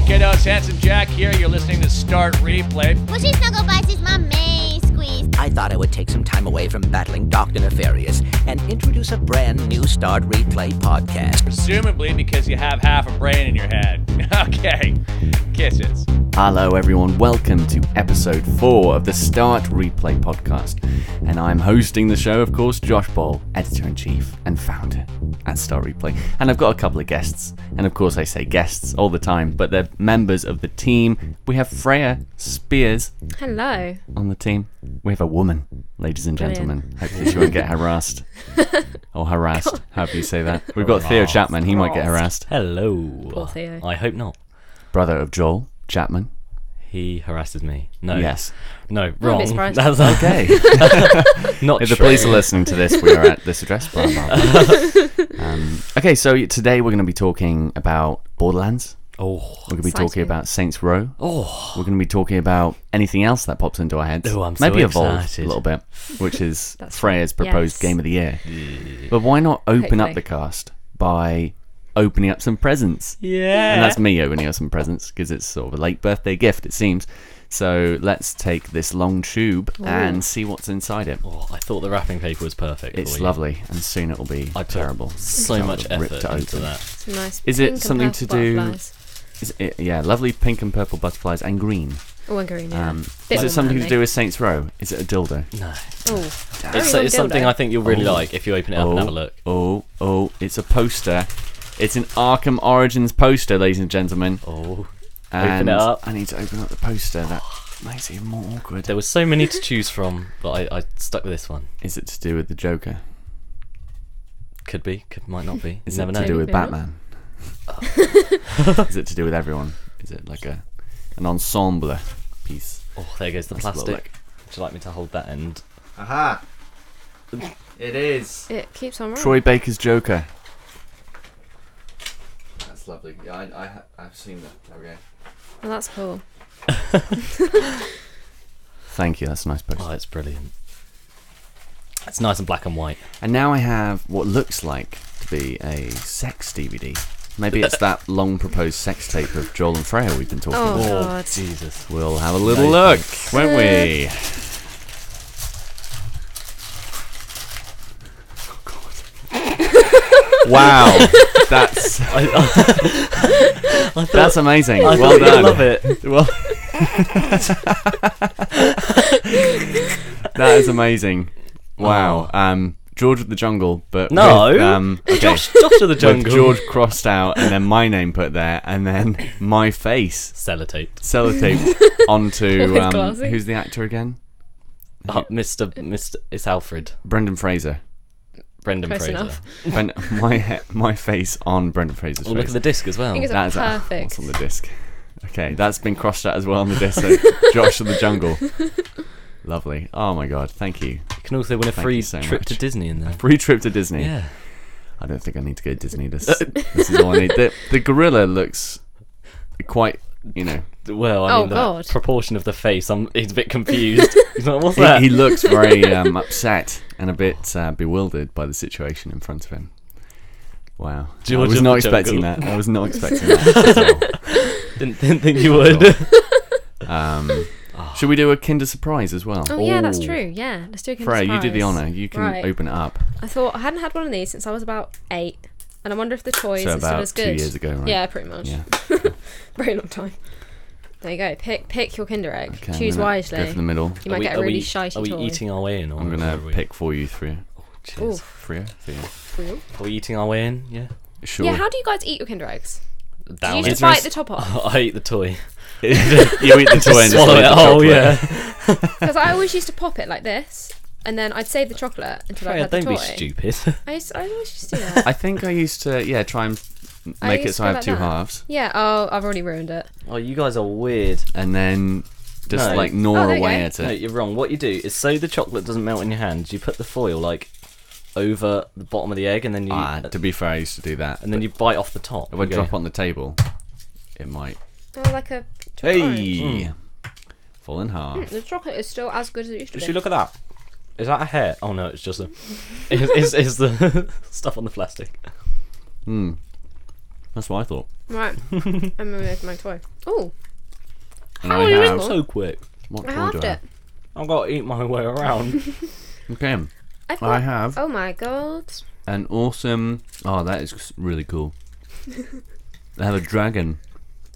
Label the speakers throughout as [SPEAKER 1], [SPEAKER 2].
[SPEAKER 1] folks. Handsome Jack here. You're listening to Start Replay.
[SPEAKER 2] Mushy Snuggle Bites is my May squeeze.
[SPEAKER 3] I thought I would take some time away from battling Dr. Nefarious and introduce a brand new Start Replay podcast.
[SPEAKER 1] Presumably because you have half a brain in your head. Okay. Kisses.
[SPEAKER 4] Hello, everyone. Welcome to episode four of the Start Replay podcast. And I'm hosting the show, of course, Josh Ball, editor in chief and founder at Start Replay. And I've got a couple of guests. And of course, I say guests all the time, but they're members of the team. We have Freya Spears
[SPEAKER 5] Hello.
[SPEAKER 4] on the team. We have a woman, ladies and gentlemen. Hopefully, she won't get harassed or harassed, however you say that. We've got Theo Chapman. He might get harassed.
[SPEAKER 6] Hello.
[SPEAKER 5] Poor Theo.
[SPEAKER 6] I hope not.
[SPEAKER 4] Brother of Joel Chapman.
[SPEAKER 6] He harasses me. No.
[SPEAKER 4] Yes.
[SPEAKER 6] No. Wrong.
[SPEAKER 5] bit surprised.
[SPEAKER 6] That's
[SPEAKER 4] Okay.
[SPEAKER 6] not
[SPEAKER 4] If the
[SPEAKER 6] true.
[SPEAKER 4] police are listening to this, we are at this address. Blah, blah, blah. um, okay, so today we're going to be talking about Borderlands.
[SPEAKER 6] Oh.
[SPEAKER 4] We're going to be talking
[SPEAKER 5] Exciting.
[SPEAKER 4] about Saints Row.
[SPEAKER 6] Oh.
[SPEAKER 4] We're going to be talking about anything else that pops into our heads.
[SPEAKER 6] Oh, I'm so
[SPEAKER 4] Maybe Evolve
[SPEAKER 6] excited.
[SPEAKER 4] a little bit, which is Freya's proposed
[SPEAKER 5] Yes.
[SPEAKER 4] game of the year. But why not open up
[SPEAKER 5] Hopefully.
[SPEAKER 4] the cast by opening up some presents?
[SPEAKER 6] Yeah.
[SPEAKER 4] And that's me opening up some presents because it's sort of a late birthday gift, it seems. So let's take this long tube and see what's inside it.
[SPEAKER 6] Oh, I thought the wrapping paper was perfect.
[SPEAKER 4] It's
[SPEAKER 6] for you.
[SPEAKER 4] lovely, and soon it will be
[SPEAKER 6] I put
[SPEAKER 4] terrible.
[SPEAKER 6] So
[SPEAKER 4] Someone
[SPEAKER 6] much
[SPEAKER 4] will rip
[SPEAKER 6] effort
[SPEAKER 4] to
[SPEAKER 6] into
[SPEAKER 4] open.
[SPEAKER 6] that.
[SPEAKER 5] Some nice
[SPEAKER 4] Is it
[SPEAKER 5] pink and
[SPEAKER 4] something
[SPEAKER 5] purple
[SPEAKER 4] to do-
[SPEAKER 5] butterflies.
[SPEAKER 4] Is it, yeah, lovely pink and purple butterflies and green.
[SPEAKER 5] Oh, and green, yeah.
[SPEAKER 4] Um,
[SPEAKER 5] Bit
[SPEAKER 4] is it
[SPEAKER 5] more
[SPEAKER 4] something to
[SPEAKER 5] manly.
[SPEAKER 4] do with Saints Row? Is it a dildo?
[SPEAKER 6] No.
[SPEAKER 5] Oh,
[SPEAKER 6] It's,
[SPEAKER 5] long
[SPEAKER 6] it's something
[SPEAKER 5] dildo.
[SPEAKER 6] I think you'll really like if you open it up and have a look.
[SPEAKER 4] oh, oh, it's a poster. It's an Arkham Origins poster, ladies and gentlemen.
[SPEAKER 6] Oh.
[SPEAKER 4] And
[SPEAKER 6] it up.
[SPEAKER 4] I need to open up the poster. That makes it even more awkward.
[SPEAKER 6] There were so many to choose from, but I, I stuck with this one.
[SPEAKER 4] Is it to do with the Joker?
[SPEAKER 6] Could be. Could might not be.
[SPEAKER 4] Is
[SPEAKER 6] you never
[SPEAKER 4] it
[SPEAKER 6] know.
[SPEAKER 4] to do with
[SPEAKER 5] Maybe not.
[SPEAKER 4] Batman? is it to do with everyone? Is it like a an ensemble piece?
[SPEAKER 6] oh, there goes the
[SPEAKER 4] Let's have a little
[SPEAKER 6] plastic. Would you like me to hold that end?
[SPEAKER 4] Aha! It is.
[SPEAKER 5] it keeps on rolling.
[SPEAKER 4] Troy Baker's Joker. That's lovely. Yeah, I, I, ha- I've seen that. There we go.
[SPEAKER 5] Well, that's cool.
[SPEAKER 4] Thank you. That's a nice post.
[SPEAKER 6] Oh, it's brilliant. It's nice and black and white.
[SPEAKER 4] And now I have what looks like to be a sex DVD. Maybe it's that long proposed sex tape of Joel and Freya we've been talking
[SPEAKER 5] Oh,
[SPEAKER 4] about.
[SPEAKER 5] God.
[SPEAKER 6] Jesus.
[SPEAKER 4] We'll have a little
[SPEAKER 6] No,
[SPEAKER 4] look, won't we? wow, that's that's amazing. well
[SPEAKER 6] I thought you'd
[SPEAKER 4] done.
[SPEAKER 6] love it.
[SPEAKER 4] Well, that is amazing. Wow. Um, George of the Jungle, but
[SPEAKER 6] No.
[SPEAKER 4] with, um, okay,
[SPEAKER 6] Josh, Josh of the
[SPEAKER 4] with
[SPEAKER 6] Jungle.
[SPEAKER 4] George crossed out and then my name put there and then my face
[SPEAKER 6] Sellotape.
[SPEAKER 4] sellotape onto
[SPEAKER 5] Always
[SPEAKER 4] um,
[SPEAKER 5] classy.
[SPEAKER 4] who's the actor again?
[SPEAKER 6] Uh, Mr. Mr. It's Alfred.
[SPEAKER 4] Brendan Fraser.
[SPEAKER 6] Brendan
[SPEAKER 5] Close
[SPEAKER 6] Fraser.
[SPEAKER 5] enough.
[SPEAKER 4] Bren- my he- my face on Brendan Fraser's
[SPEAKER 6] Oh,
[SPEAKER 4] face.
[SPEAKER 6] look at the disc as well.
[SPEAKER 5] I think it's
[SPEAKER 4] That is- ah,
[SPEAKER 5] perfect.
[SPEAKER 4] What's on the disc? Okay, that's been crossed out as well on the disc. so Josh of the Jungle. Lovely. Oh my god, thank you.
[SPEAKER 6] You can also win a
[SPEAKER 4] Thank
[SPEAKER 6] free
[SPEAKER 4] you so
[SPEAKER 6] trip
[SPEAKER 4] much.
[SPEAKER 6] to Disney in there.
[SPEAKER 4] Free trip to Disney.
[SPEAKER 6] Yeah.
[SPEAKER 4] I don't think I need to go to Disney. This,
[SPEAKER 5] Uh,
[SPEAKER 4] this is all I need. The, the gorilla looks quite, you know,
[SPEAKER 6] Well, I
[SPEAKER 5] Oh,
[SPEAKER 6] mean, that
[SPEAKER 5] God.
[SPEAKER 6] proportion of the face, I'm, he's a bit confused. he's like, what's
[SPEAKER 4] he,
[SPEAKER 6] that?
[SPEAKER 4] he looks very um, upset and a bit uh, bewildered by the situation in front of him. Wow.
[SPEAKER 6] George
[SPEAKER 4] I was
[SPEAKER 6] of
[SPEAKER 4] not
[SPEAKER 6] the
[SPEAKER 4] expecting
[SPEAKER 6] Jungle.
[SPEAKER 4] that. I was not expecting that
[SPEAKER 6] didn't, didn't think you would.
[SPEAKER 4] at all. Um, should we do a Kinder surprise as well?
[SPEAKER 5] Oh, yeah, that's
[SPEAKER 6] Oh.
[SPEAKER 5] true. Yeah, let's do a
[SPEAKER 4] Freya, you do the
[SPEAKER 5] surprise.
[SPEAKER 4] honour. You can
[SPEAKER 5] Right.
[SPEAKER 4] open it up.
[SPEAKER 5] I thought I hadn't had one of these since I was about eight, and I wonder if the toys
[SPEAKER 4] So
[SPEAKER 5] are still
[SPEAKER 4] about
[SPEAKER 5] as
[SPEAKER 4] two
[SPEAKER 5] good.
[SPEAKER 4] years ago, right?
[SPEAKER 5] Yeah, pretty much.
[SPEAKER 4] Yeah.
[SPEAKER 5] Very long time. There you go. Pick pick your Kinder egg.
[SPEAKER 4] Okay, I'm
[SPEAKER 5] Choose
[SPEAKER 4] gonna
[SPEAKER 5] wisely.
[SPEAKER 4] Go for the middle.
[SPEAKER 5] You might
[SPEAKER 6] Are we-
[SPEAKER 5] get a
[SPEAKER 6] are
[SPEAKER 5] really
[SPEAKER 6] we,
[SPEAKER 5] shitey
[SPEAKER 6] Are we
[SPEAKER 5] toy.
[SPEAKER 6] eating our way in? Or
[SPEAKER 4] I'm going
[SPEAKER 6] are
[SPEAKER 4] to
[SPEAKER 6] we,
[SPEAKER 4] pick for you, Freya.
[SPEAKER 5] Ooh.
[SPEAKER 6] Cheers.
[SPEAKER 4] Freya? Freya?
[SPEAKER 6] Are we eating our way in? Yeah.
[SPEAKER 4] Sure.
[SPEAKER 5] Yeah, how do you guys eat your Kinder eggs? Do
[SPEAKER 6] Down
[SPEAKER 5] you
[SPEAKER 6] it.
[SPEAKER 5] just bite the top off?
[SPEAKER 6] I eat the toy.
[SPEAKER 4] you eat the toy and just
[SPEAKER 6] Swallow
[SPEAKER 4] leave
[SPEAKER 6] it.
[SPEAKER 4] the
[SPEAKER 6] Oh,
[SPEAKER 4] chocolate.
[SPEAKER 6] yeah.
[SPEAKER 5] Because I always used to pop it like this, and then I'd save the chocolate until I
[SPEAKER 6] Freya,
[SPEAKER 5] had the
[SPEAKER 6] don't
[SPEAKER 5] toy.
[SPEAKER 6] be stupid.
[SPEAKER 5] I, used, I always used to do that.
[SPEAKER 4] I think I used to, yeah, try and
[SPEAKER 5] I
[SPEAKER 4] make it
[SPEAKER 5] used
[SPEAKER 4] so
[SPEAKER 5] to
[SPEAKER 4] I have
[SPEAKER 5] go like
[SPEAKER 4] two
[SPEAKER 5] that.
[SPEAKER 4] halves,
[SPEAKER 5] Yeah, oh, I've already ruined it.
[SPEAKER 6] oh, you guys are weird.
[SPEAKER 4] and then just
[SPEAKER 6] No.
[SPEAKER 4] like gnaw
[SPEAKER 5] Oh, there you
[SPEAKER 4] away
[SPEAKER 5] go.
[SPEAKER 4] at
[SPEAKER 6] No,
[SPEAKER 4] it.
[SPEAKER 6] you're wrong. What you do is so the chocolate doesn't melt in your hands, you put the foil like over the bottom of the egg, and then you
[SPEAKER 4] Ah, to be fair, I used to do that.
[SPEAKER 6] and then you bite off the top.
[SPEAKER 4] if I
[SPEAKER 6] You go,
[SPEAKER 4] drop on the table, it might.
[SPEAKER 5] Oh, like a chocolate. orange.
[SPEAKER 6] Hmm.
[SPEAKER 4] Hey,
[SPEAKER 6] Mm.
[SPEAKER 4] fall in half.
[SPEAKER 5] The chocolate is still as good as it used to
[SPEAKER 6] Should
[SPEAKER 5] be.
[SPEAKER 6] you look at that? Is that a hair? Oh no, it's just a. It's, it's, it's the stuff on the plastic.
[SPEAKER 4] That's what I thought.
[SPEAKER 5] Right. I'm moving to my toy. Oh,
[SPEAKER 4] And
[SPEAKER 5] are you
[SPEAKER 4] have-
[SPEAKER 5] in-
[SPEAKER 6] So quick.
[SPEAKER 4] What
[SPEAKER 5] I
[SPEAKER 4] toy
[SPEAKER 5] halved
[SPEAKER 4] do I
[SPEAKER 5] it.
[SPEAKER 4] have?
[SPEAKER 6] I've got to eat my way around.
[SPEAKER 4] Okay.
[SPEAKER 5] I've
[SPEAKER 4] I
[SPEAKER 5] got-
[SPEAKER 4] have
[SPEAKER 5] Oh my god.
[SPEAKER 4] an awesome. Oh, that is really cool. I have a dragon.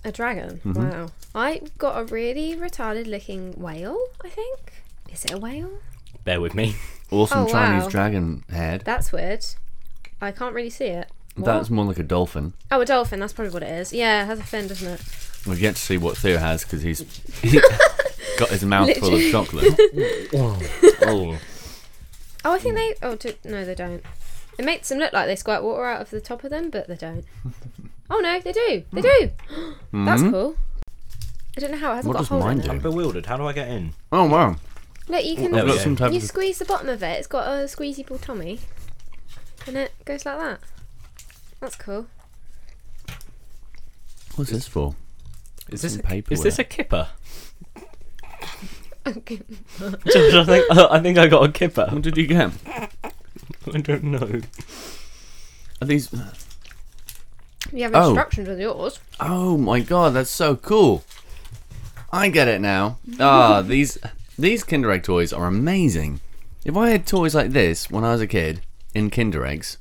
[SPEAKER 5] A dragon.
[SPEAKER 6] Mm-hmm.
[SPEAKER 5] Wow. I got a really retarded looking whale, I think. Is it a whale?
[SPEAKER 6] Bear with me.
[SPEAKER 4] Awesome
[SPEAKER 5] Oh,
[SPEAKER 4] Chinese
[SPEAKER 5] wow.
[SPEAKER 4] dragon head.
[SPEAKER 5] That's weird. I can't really see it. What?
[SPEAKER 4] That's more like a dolphin.
[SPEAKER 5] Oh, a dolphin. That's probably what it is. Yeah, it has a fin, doesn't it?
[SPEAKER 4] we have yet to see what Theo has because he's got his mouth full of chocolate.
[SPEAKER 6] Oh, oh.
[SPEAKER 5] Oh, I think they. Oh, do, no, they don't. It makes them look like they squirt water out of the top of them, but they don't. oh no, they do. They do. That's cool. I don't know how it hasn't
[SPEAKER 4] Hmm? What
[SPEAKER 5] got
[SPEAKER 4] does
[SPEAKER 5] a hole
[SPEAKER 4] mine
[SPEAKER 5] in it.
[SPEAKER 4] do?
[SPEAKER 6] I'm bewildered. How do I get in?
[SPEAKER 4] Oh wow!
[SPEAKER 5] Look, you can.
[SPEAKER 6] There we
[SPEAKER 4] I've got
[SPEAKER 6] go.
[SPEAKER 4] some type
[SPEAKER 5] You
[SPEAKER 4] of
[SPEAKER 5] squeeze the bottom of it. It's got a squeezeable tummy, and it goes like that. That's cool.
[SPEAKER 4] What's this for?
[SPEAKER 6] Is this
[SPEAKER 4] Some
[SPEAKER 6] a,
[SPEAKER 4] paper
[SPEAKER 6] Is this
[SPEAKER 4] where-
[SPEAKER 6] a kipper?
[SPEAKER 5] Okay.
[SPEAKER 6] Josh, I think I think I got a kipper.
[SPEAKER 4] What did you get?
[SPEAKER 6] I don't know.
[SPEAKER 4] Are these?
[SPEAKER 5] You have
[SPEAKER 4] Oh.
[SPEAKER 5] instructions with yours.
[SPEAKER 4] Oh my god, that's so cool! I get it now. Ah, these these Kinder Egg toys are amazing. If I had toys like this when I was a kid in Kinder Eggs,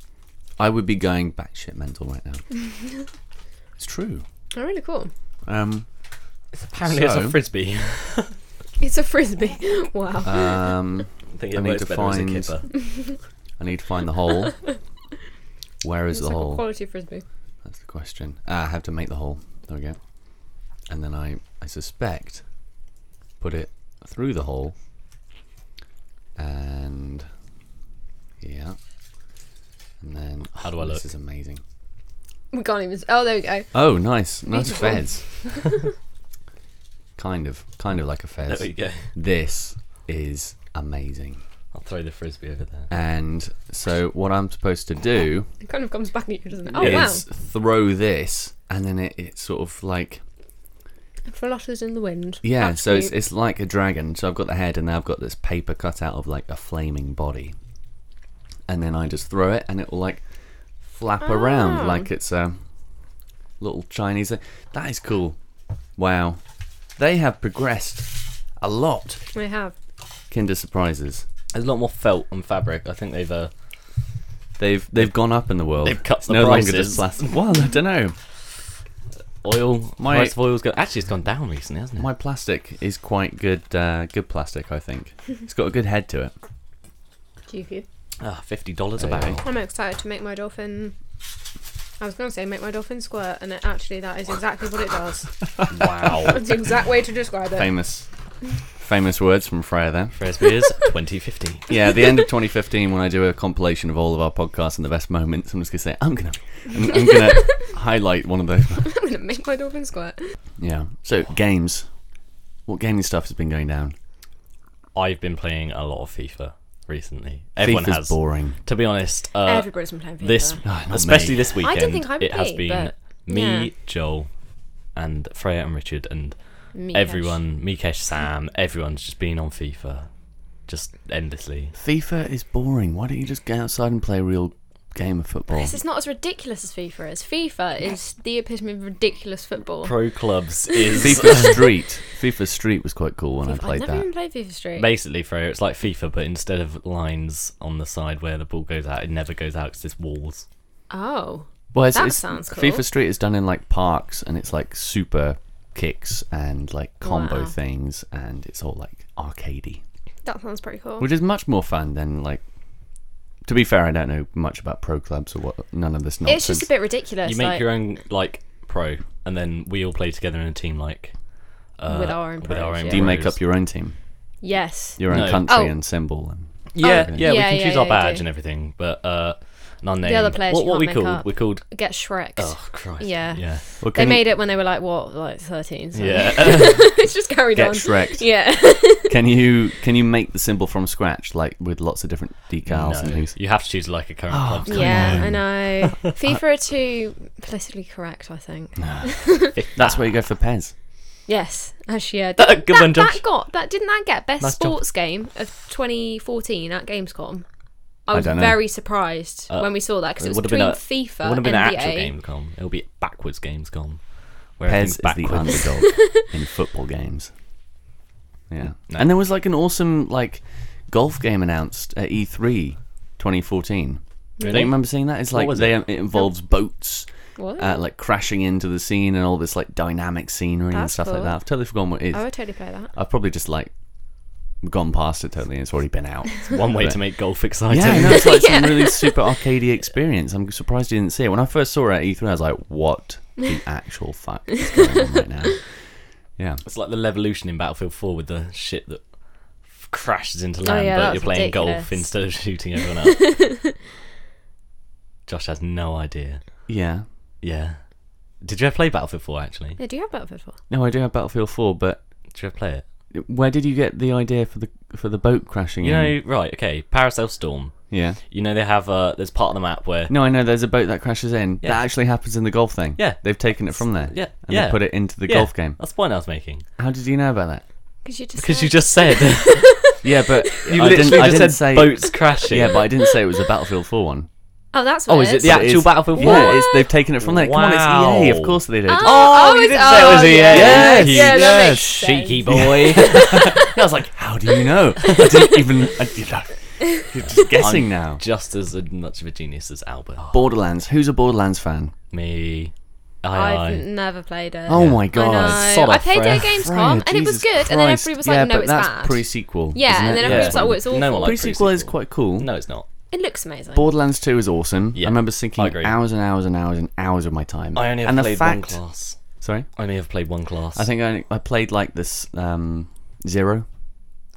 [SPEAKER 4] I would be going batshit mental right now. it's true.
[SPEAKER 5] Oh, really cool.
[SPEAKER 4] Um,
[SPEAKER 6] Apparently it's
[SPEAKER 4] So-
[SPEAKER 6] a frisbee.
[SPEAKER 5] It's a frisbee. wow.
[SPEAKER 4] um,
[SPEAKER 6] I think it
[SPEAKER 4] I need
[SPEAKER 6] works
[SPEAKER 4] to
[SPEAKER 6] better as a
[SPEAKER 4] find-
[SPEAKER 6] kipper.
[SPEAKER 4] I need to find the hole. Where is the
[SPEAKER 5] it's like a
[SPEAKER 4] hole?
[SPEAKER 5] quality frisbee.
[SPEAKER 4] That's the question. Ah, I have to make the hole. There we go. And then I, I suspect, put it through the hole. And yeah. And then oh,
[SPEAKER 6] How do I
[SPEAKER 4] This
[SPEAKER 6] look?
[SPEAKER 4] is amazing.
[SPEAKER 5] We can't even. s- Oh, there we go.
[SPEAKER 4] Oh, nice, nice
[SPEAKER 5] Beautiful.
[SPEAKER 4] fez. kind of, kind of like a
[SPEAKER 6] There
[SPEAKER 4] fez.
[SPEAKER 6] we go.
[SPEAKER 4] This is amazing.
[SPEAKER 6] I'll throw the frisbee over there.
[SPEAKER 4] And so what I'm supposed to do
[SPEAKER 5] It kind of comes back at you, doesn't it? Oh wow.
[SPEAKER 4] is throw this, and then it, it sort of like
[SPEAKER 5] Flutters in the wind.
[SPEAKER 4] Yeah,
[SPEAKER 5] That's
[SPEAKER 4] so it's,
[SPEAKER 5] cute.
[SPEAKER 4] it's like a dragon. So I've got the head, and now I've got this paper cut out of like a flaming body, and then I just throw it, and it will like flap
[SPEAKER 5] Ah.
[SPEAKER 4] around like it's a little Chinese. thing. That is cool. Wow, they have progressed a lot.
[SPEAKER 5] I have.
[SPEAKER 4] Kinder surprises.
[SPEAKER 6] There's a lot more felt and fabric. I think they've uh,
[SPEAKER 4] They've they've gone up in the world.
[SPEAKER 6] They've cut
[SPEAKER 4] It's
[SPEAKER 6] the
[SPEAKER 4] no longer
[SPEAKER 6] prices.
[SPEAKER 4] just plastic. Well, I don't know.
[SPEAKER 6] oil.
[SPEAKER 4] My-
[SPEAKER 6] price of oil's gone. Actually, it's gone down recently, hasn't it?
[SPEAKER 4] My plastic is quite good. Uh, good plastic, I think. It's got a good head to it.
[SPEAKER 5] Cheeky.
[SPEAKER 6] Ah, fifty dollars a
[SPEAKER 4] There you
[SPEAKER 6] barrel.
[SPEAKER 5] I'm excited to make my dolphin. I was going to say make my dolphin squirt, and it, actually that is exactly what it does.
[SPEAKER 6] Wow.
[SPEAKER 5] That's the exact way to describe it.
[SPEAKER 4] Famous, famous words from Freya there.
[SPEAKER 6] Frisbees, twenty fifty.
[SPEAKER 4] Yeah, at the end of 2015, when I do a compilation of all of our podcasts and the best moments, I'm just gonna say I'm gonna, I'm, I'm gonna highlight one of those.
[SPEAKER 5] I'm going to make my dolphin squirt.
[SPEAKER 6] Uh,
[SPEAKER 4] Yeah. So games, what gaming stuff has been going down?
[SPEAKER 6] I've been playing a lot of FIFA recently. Everyone
[SPEAKER 4] FIFA's
[SPEAKER 6] has.
[SPEAKER 4] boring.
[SPEAKER 6] To be honest, uh,
[SPEAKER 5] Everybody's been playing FIFA.
[SPEAKER 6] this
[SPEAKER 4] not
[SPEAKER 6] especially
[SPEAKER 4] me.
[SPEAKER 6] this
[SPEAKER 5] don't
[SPEAKER 6] weekend,
[SPEAKER 5] think I would
[SPEAKER 6] it has
[SPEAKER 5] be,
[SPEAKER 6] been
[SPEAKER 5] but-
[SPEAKER 6] me,
[SPEAKER 5] yeah.
[SPEAKER 6] Joel, and Freya and Richard and
[SPEAKER 5] Mikesh.
[SPEAKER 6] everyone, Mikesh, Sam, everyone's just been on FIFA, just endlessly.
[SPEAKER 4] FIFA is boring. Why don't you just go outside and play a real game of football?
[SPEAKER 5] This is not as ridiculous as FIFA is. FIFA is the epitome of ridiculous football.
[SPEAKER 6] Pro clubs is
[SPEAKER 4] FIFA Street. FIFA Street was quite cool when I
[SPEAKER 5] I've
[SPEAKER 4] played
[SPEAKER 5] never even
[SPEAKER 4] that.
[SPEAKER 5] played FIFA Street.
[SPEAKER 6] basically Freya. It's like FIFA, but instead of lines on the side where the ball goes out, it never goes out because it's walls.
[SPEAKER 5] oh,
[SPEAKER 4] Well, it's,
[SPEAKER 5] That
[SPEAKER 4] it's-
[SPEAKER 5] sounds cool.
[SPEAKER 4] FIFA Street is done in like parks, and it's like super kicks and like combo
[SPEAKER 5] Wow.
[SPEAKER 4] things, and it's all like arcadey.
[SPEAKER 5] that sounds pretty cool.
[SPEAKER 4] which is much more fun than like. To be fair, I don't know much about pro clubs or what. None of this nonsense.
[SPEAKER 5] It's just a bit ridiculous.
[SPEAKER 6] You make
[SPEAKER 5] like,
[SPEAKER 6] your own like pro, and then we all play together in a team like uh,
[SPEAKER 5] With our own
[SPEAKER 6] with our
[SPEAKER 5] pros,
[SPEAKER 6] own
[SPEAKER 5] yeah.
[SPEAKER 4] Do you make
[SPEAKER 6] pros.
[SPEAKER 4] up your own team,
[SPEAKER 5] Yes.
[SPEAKER 4] your own
[SPEAKER 6] No.
[SPEAKER 4] country
[SPEAKER 5] Oh.
[SPEAKER 4] and symbol? And
[SPEAKER 6] Yeah,
[SPEAKER 4] Oh,
[SPEAKER 6] yeah, we
[SPEAKER 5] Yeah,
[SPEAKER 6] can
[SPEAKER 5] yeah,
[SPEAKER 6] choose
[SPEAKER 5] yeah,
[SPEAKER 6] our badge
[SPEAKER 5] do.
[SPEAKER 6] and everything, but uh, none named.
[SPEAKER 5] other players
[SPEAKER 6] What,
[SPEAKER 5] you
[SPEAKER 6] what
[SPEAKER 5] can't
[SPEAKER 6] we
[SPEAKER 5] make
[SPEAKER 6] called?
[SPEAKER 5] up.
[SPEAKER 6] We called.
[SPEAKER 5] Get Shrek.
[SPEAKER 6] Oh Christ.
[SPEAKER 5] Yeah.
[SPEAKER 6] Yeah.
[SPEAKER 4] Well,
[SPEAKER 5] They
[SPEAKER 4] can
[SPEAKER 5] made it when they were like what, like thirteen. So
[SPEAKER 6] Yeah.
[SPEAKER 5] it's just carried
[SPEAKER 4] Get
[SPEAKER 5] on.
[SPEAKER 4] Shrek'd.
[SPEAKER 5] Yeah.
[SPEAKER 4] you, can you can you make the symbol from scratch, like with lots of different decals and
[SPEAKER 6] no,
[SPEAKER 4] things?
[SPEAKER 6] you have to choose like a current club.
[SPEAKER 5] yeah, I know. FIFA are too politically correct, I think.
[SPEAKER 4] That's where you go for Pez.
[SPEAKER 5] Yes, actually, yeah.
[SPEAKER 6] Good
[SPEAKER 5] that, that
[SPEAKER 6] one, Josh.
[SPEAKER 5] got that. Didn't that get best
[SPEAKER 6] Nice job.
[SPEAKER 5] sports game of 2014 at Gamescom? I was
[SPEAKER 4] don't know.
[SPEAKER 5] very surprised
[SPEAKER 6] Uh,
[SPEAKER 5] when we saw that because it, was
[SPEAKER 6] would've
[SPEAKER 5] between
[SPEAKER 6] it would
[SPEAKER 5] FIFA
[SPEAKER 6] have
[SPEAKER 5] and
[SPEAKER 6] been an actual
[SPEAKER 5] NBA.
[SPEAKER 6] Gamescom. It'll be backwards Gamescom. Where
[SPEAKER 4] Pez is
[SPEAKER 6] everything's
[SPEAKER 4] the
[SPEAKER 6] backwards.
[SPEAKER 4] underdog in football games. Yeah.
[SPEAKER 6] No.
[SPEAKER 4] And there was like an awesome like golf game announced at E E3 2014. Don't you remember seeing that? It's like
[SPEAKER 6] was
[SPEAKER 4] they, um, it? involves boats
[SPEAKER 5] What?
[SPEAKER 4] uh, like crashing into the scene and all this like dynamic scenery and
[SPEAKER 5] That's
[SPEAKER 4] stuff like
[SPEAKER 5] cool.
[SPEAKER 4] that. I've totally forgotten what it is.
[SPEAKER 5] Oh, I would totally play that.
[SPEAKER 4] I've probably just like gone past it totally and it's already been out.
[SPEAKER 6] One way to make golf exciting.
[SPEAKER 4] Yeah, I know. It's like some really super arcadey experience. I'm surprised you didn't see it. When I first saw it at E3, I was like, what the actual fuck is going on right now? Yeah.
[SPEAKER 6] It's like the Levolution in Battlefield 4 with the shit that f- crashes into land,
[SPEAKER 5] Oh, yeah,
[SPEAKER 6] but
[SPEAKER 5] that's
[SPEAKER 6] you're playing golf
[SPEAKER 5] ridiculous.
[SPEAKER 6] instead of shooting everyone else. Josh has no idea.
[SPEAKER 4] Yeah.
[SPEAKER 6] Yeah. Did you ever play Battlefield 4 actually?
[SPEAKER 5] Yeah, do you have Battlefield 4?
[SPEAKER 4] No, I do have Battlefield 4, but
[SPEAKER 6] Did you ever play it?
[SPEAKER 4] where did you get the idea for the for the boat crashing
[SPEAKER 6] You
[SPEAKER 4] in?
[SPEAKER 6] know, right, okay, Paracel Storm.
[SPEAKER 4] Yeah.
[SPEAKER 6] You know, they have, uh, there's part of the map where.
[SPEAKER 4] No, I know there's a boat that crashes in.
[SPEAKER 6] Yeah.
[SPEAKER 4] That actually happens in the golf thing.
[SPEAKER 6] Yeah.
[SPEAKER 4] They've taken it from there.
[SPEAKER 6] Yeah,
[SPEAKER 4] And
[SPEAKER 6] yeah.
[SPEAKER 4] they put it into the
[SPEAKER 6] Yeah,
[SPEAKER 4] golf game.
[SPEAKER 6] That's the point I was making.
[SPEAKER 4] How did you know about that?
[SPEAKER 5] Because you just
[SPEAKER 6] Because
[SPEAKER 5] said-
[SPEAKER 6] you just said.
[SPEAKER 4] Yeah, but
[SPEAKER 6] you
[SPEAKER 4] I
[SPEAKER 6] literally
[SPEAKER 4] didn't,
[SPEAKER 6] just
[SPEAKER 4] I didn't
[SPEAKER 6] said
[SPEAKER 4] say
[SPEAKER 6] boats crashing.
[SPEAKER 4] Yeah, but I didn't say it was a Battlefield 4 one.
[SPEAKER 5] Oh, that's
[SPEAKER 6] Oh,
[SPEAKER 5] what
[SPEAKER 6] is it the
[SPEAKER 4] But it
[SPEAKER 6] actual
[SPEAKER 4] is-
[SPEAKER 6] Battlefield 4?
[SPEAKER 4] Yeah, it's, they've taken it from there. Come on, it's EA.
[SPEAKER 6] Wow. E
[SPEAKER 4] Of course they did.
[SPEAKER 5] Oh, you didn't say it was EA.
[SPEAKER 4] Yes,
[SPEAKER 5] yeah, that
[SPEAKER 4] yes,
[SPEAKER 5] makes sense.
[SPEAKER 6] Cheeky boy.
[SPEAKER 4] I was like, how do you know? I didn't even. I, did not- you're just guessing now.
[SPEAKER 6] just as much of a genius as Albert.
[SPEAKER 4] Borderlands. Who's a Borderlands fan?
[SPEAKER 6] Me. Aye,
[SPEAKER 5] I've
[SPEAKER 6] aye.
[SPEAKER 5] never played it.
[SPEAKER 4] Oh my
[SPEAKER 5] I
[SPEAKER 4] god.
[SPEAKER 5] know.
[SPEAKER 6] sod
[SPEAKER 5] I
[SPEAKER 6] off,
[SPEAKER 5] played it at
[SPEAKER 6] Freya.
[SPEAKER 5] Gamescom and it was good, and then everybody was like,
[SPEAKER 4] yeah,
[SPEAKER 5] "No,
[SPEAKER 4] but
[SPEAKER 5] it's
[SPEAKER 4] that's
[SPEAKER 5] bad."
[SPEAKER 4] pre-sequel.
[SPEAKER 5] yeah, and then
[SPEAKER 4] isn't
[SPEAKER 5] everybody
[SPEAKER 4] it?
[SPEAKER 5] was like, "Oh, it's awful."
[SPEAKER 6] No one likes
[SPEAKER 4] pre-sequel is quite cool.
[SPEAKER 6] No, it's not.
[SPEAKER 5] it looks amazing.
[SPEAKER 4] Borderlands 2 is awesome.
[SPEAKER 6] Yeah,
[SPEAKER 4] I remember
[SPEAKER 6] I
[SPEAKER 4] sinking
[SPEAKER 6] agree.
[SPEAKER 4] hours and hours and hours and hours of my time.
[SPEAKER 6] I only have
[SPEAKER 4] and
[SPEAKER 6] played
[SPEAKER 4] the fact,
[SPEAKER 6] one class.
[SPEAKER 4] Sorry,
[SPEAKER 6] I only have played one class.
[SPEAKER 4] I think I, I played like this um, zero.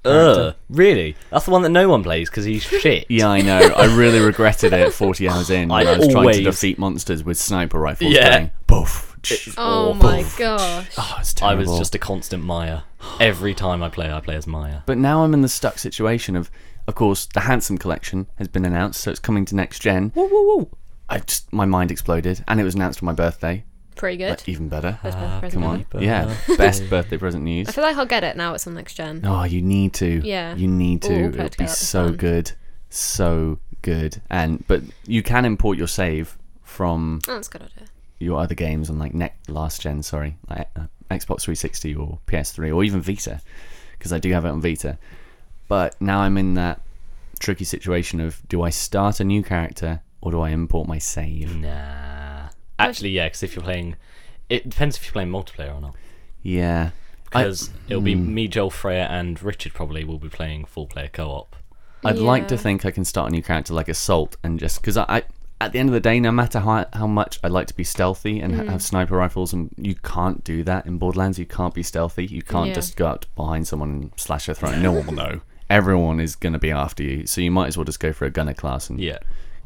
[SPEAKER 6] Ugh, really? That's the one that no one plays because he's shit.
[SPEAKER 4] Yeah, I know. I really regretted it. Forty hours in, when
[SPEAKER 6] I
[SPEAKER 4] I, was trying to
[SPEAKER 6] always-
[SPEAKER 4] defeat monsters with sniper rifles.
[SPEAKER 6] Yeah.
[SPEAKER 4] going, poof. tsh,
[SPEAKER 5] oh
[SPEAKER 4] poof.
[SPEAKER 5] my gosh.
[SPEAKER 4] Oh, it's
[SPEAKER 6] I was
[SPEAKER 4] terrible.
[SPEAKER 6] just a constant Maya. Every time I play, I play as Maya.
[SPEAKER 4] But now I'm in the stuck situation of, of course, the Handsome Collection has been announced, so it's coming to next gen.
[SPEAKER 6] Woo, woo, woo.
[SPEAKER 4] I just my mind exploded, and it was announced on my birthday.
[SPEAKER 5] Pretty good.
[SPEAKER 4] Like, even better.
[SPEAKER 5] Come
[SPEAKER 4] Come on, yeah, best birthday present news.
[SPEAKER 5] I feel like I'll get it now. It's on next gen.
[SPEAKER 4] Oh, you need to.
[SPEAKER 5] Yeah.
[SPEAKER 4] You need to.
[SPEAKER 5] Ooh,
[SPEAKER 4] It'll
[SPEAKER 5] practical
[SPEAKER 4] be
[SPEAKER 5] at the
[SPEAKER 4] so
[SPEAKER 5] front.
[SPEAKER 4] good. So good. And but you can import your save from
[SPEAKER 5] Oh, that's a good idea.
[SPEAKER 4] your other games on like next last gen, sorry, like uh, Xbox 360 or PS3 or even Vita because I do have it on Vita. But now I'm in that tricky situation of do I start a new character or do I import my save?
[SPEAKER 6] Mm. Nah. Actually, yeah, because if you're playing. It depends if you're playing multiplayer or not.
[SPEAKER 4] Yeah. I- Hmm.
[SPEAKER 6] Because it'll be me, Joel, Freya, and Richard probably will be playing full player co op.
[SPEAKER 4] I'd like to
[SPEAKER 5] Yeah.
[SPEAKER 4] think I can start a new character like Assault and just because I, I, at the end of the day, no matter how how much I like to be stealthy and ha- have
[SPEAKER 5] Mm.
[SPEAKER 4] sniper rifles, and you can't do that in Borderlands. You can't be stealthy. You can't
[SPEAKER 5] Yeah.
[SPEAKER 4] just go out behind someone and slash their throat. No one will know. Everyone is going to be after you, so you might as well just go for a gunner class and
[SPEAKER 6] Yeah.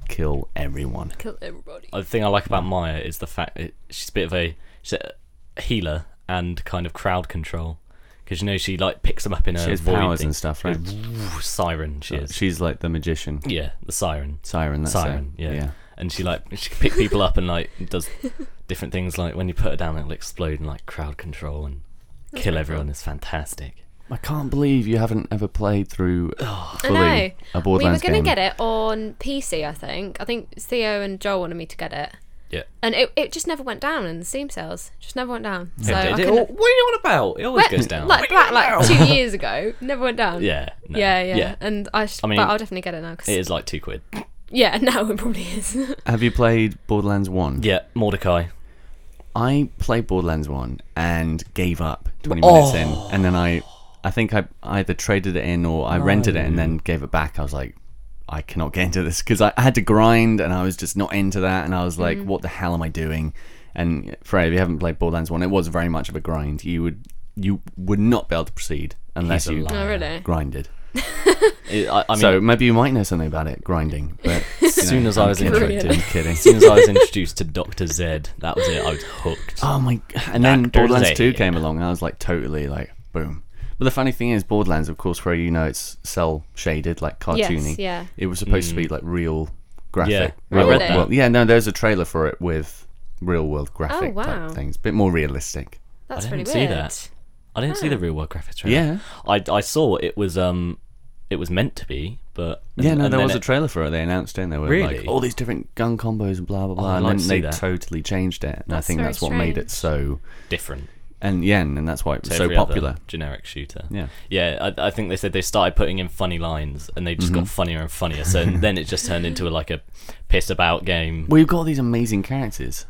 [SPEAKER 4] kill everyone.
[SPEAKER 5] Kill everybody.
[SPEAKER 6] The thing I like about Maya is the fact that she's a bit of a, she's a healer and kind of crowd control. Because you know she like picks them up in
[SPEAKER 4] She
[SPEAKER 6] her
[SPEAKER 4] has
[SPEAKER 6] void
[SPEAKER 4] powers
[SPEAKER 6] thing.
[SPEAKER 4] and stuff, right?
[SPEAKER 6] Ooh, siren she is.
[SPEAKER 4] She's like the magician,
[SPEAKER 6] Yeah, the siren.
[SPEAKER 4] siren. That's
[SPEAKER 6] siren,
[SPEAKER 4] it.
[SPEAKER 6] yeah. And she like she can pick people up and like does different things like when you put her down it'll explode and like crowd control and kill everyone is fantastic.
[SPEAKER 4] I can't believe you haven't ever played through fully
[SPEAKER 5] I
[SPEAKER 4] a
[SPEAKER 5] know. We were
[SPEAKER 4] Borderlands
[SPEAKER 5] gonna
[SPEAKER 4] game.
[SPEAKER 5] get it on PC, I think. I think Theo and Joel wanted me to get it,
[SPEAKER 6] Yeah.
[SPEAKER 5] and it, it just never went down in the Steam sales. Just never went down. So I
[SPEAKER 6] Did it?
[SPEAKER 5] couldn't-
[SPEAKER 6] What are you on about? It always
[SPEAKER 5] Well,
[SPEAKER 6] goes down.
[SPEAKER 5] Like back like two years ago, never went down.
[SPEAKER 6] yeah, no,
[SPEAKER 5] yeah, yeah, And I, sh-
[SPEAKER 6] I mean-
[SPEAKER 5] but I'll definitely get it now. Cause
[SPEAKER 6] It is like two quid.
[SPEAKER 5] yeah, now it probably is.
[SPEAKER 4] Have you played Borderlands One?
[SPEAKER 6] Yeah, Mordecai.
[SPEAKER 4] I played Borderlands one and gave up twenty minutes in,
[SPEAKER 6] Oh.
[SPEAKER 4] and then I, I think I either traded it in or I rented it and then gave it back. I was like, I cannot get into this because I, I had to grind and I was just not into that, and I was like, what the hell am I doing? And Frey, if you haven't played Borderlands one, it was very much of a grind. You would you would not be able to proceed unless
[SPEAKER 6] He's a
[SPEAKER 4] you
[SPEAKER 6] liar.
[SPEAKER 5] oh, really?
[SPEAKER 4] grinded.
[SPEAKER 6] It- I, I mean,
[SPEAKER 4] so maybe you might know something about it, grinding. But as
[SPEAKER 6] soon as I was
[SPEAKER 4] introduced,
[SPEAKER 6] introduced-
[SPEAKER 4] I'm kidding.
[SPEAKER 6] as soon as I was introduced to Doctor Z, that was it. I was hooked.
[SPEAKER 4] Oh my! g- And then
[SPEAKER 6] Dr.
[SPEAKER 4] Borderlands
[SPEAKER 6] Z.
[SPEAKER 4] Two came along, and I was like, totally like, boom. But the funny thing is, Borderlands, of course, where you know it's cell shaded, like cartoony.
[SPEAKER 5] yeah. Oh,
[SPEAKER 4] It was supposed to be like real graphic.
[SPEAKER 6] Mm. Yeah, I
[SPEAKER 4] real
[SPEAKER 5] read that.
[SPEAKER 4] world- Yeah, no, there's a trailer for it with real world graphic
[SPEAKER 5] Oh, wow.
[SPEAKER 4] type things, bit more realistic.
[SPEAKER 5] That's
[SPEAKER 6] I
[SPEAKER 5] pretty
[SPEAKER 6] didn't
[SPEAKER 5] weird.
[SPEAKER 6] see that. I didn't see the real world graphics trailer.
[SPEAKER 4] Yeah.
[SPEAKER 6] I, I saw it was um it was meant to be, But
[SPEAKER 4] Yeah, no,
[SPEAKER 6] and
[SPEAKER 4] there
[SPEAKER 6] then
[SPEAKER 4] was a
[SPEAKER 6] it-
[SPEAKER 4] trailer for it. They announced it. And they were like
[SPEAKER 6] Really? Oh,
[SPEAKER 4] all these different gun combos, and blah blah blah.
[SPEAKER 6] I'd
[SPEAKER 4] and
[SPEAKER 6] like
[SPEAKER 4] then
[SPEAKER 6] to see
[SPEAKER 4] they
[SPEAKER 6] that.
[SPEAKER 4] totally changed it, and I
[SPEAKER 5] That's
[SPEAKER 4] think
[SPEAKER 5] very
[SPEAKER 4] that's what made it so
[SPEAKER 6] different.
[SPEAKER 4] and yeah, and that's why it was
[SPEAKER 6] to
[SPEAKER 4] so
[SPEAKER 6] every other
[SPEAKER 4] popular.
[SPEAKER 6] generic shooter.
[SPEAKER 4] Yeah.
[SPEAKER 6] yeah. I, I think they said they started putting in funny lines, and they just
[SPEAKER 4] Mm-hmm.
[SPEAKER 6] got funnier and funnier. So then it just turned into like a piss about game.
[SPEAKER 4] Well, you've got all these amazing characters: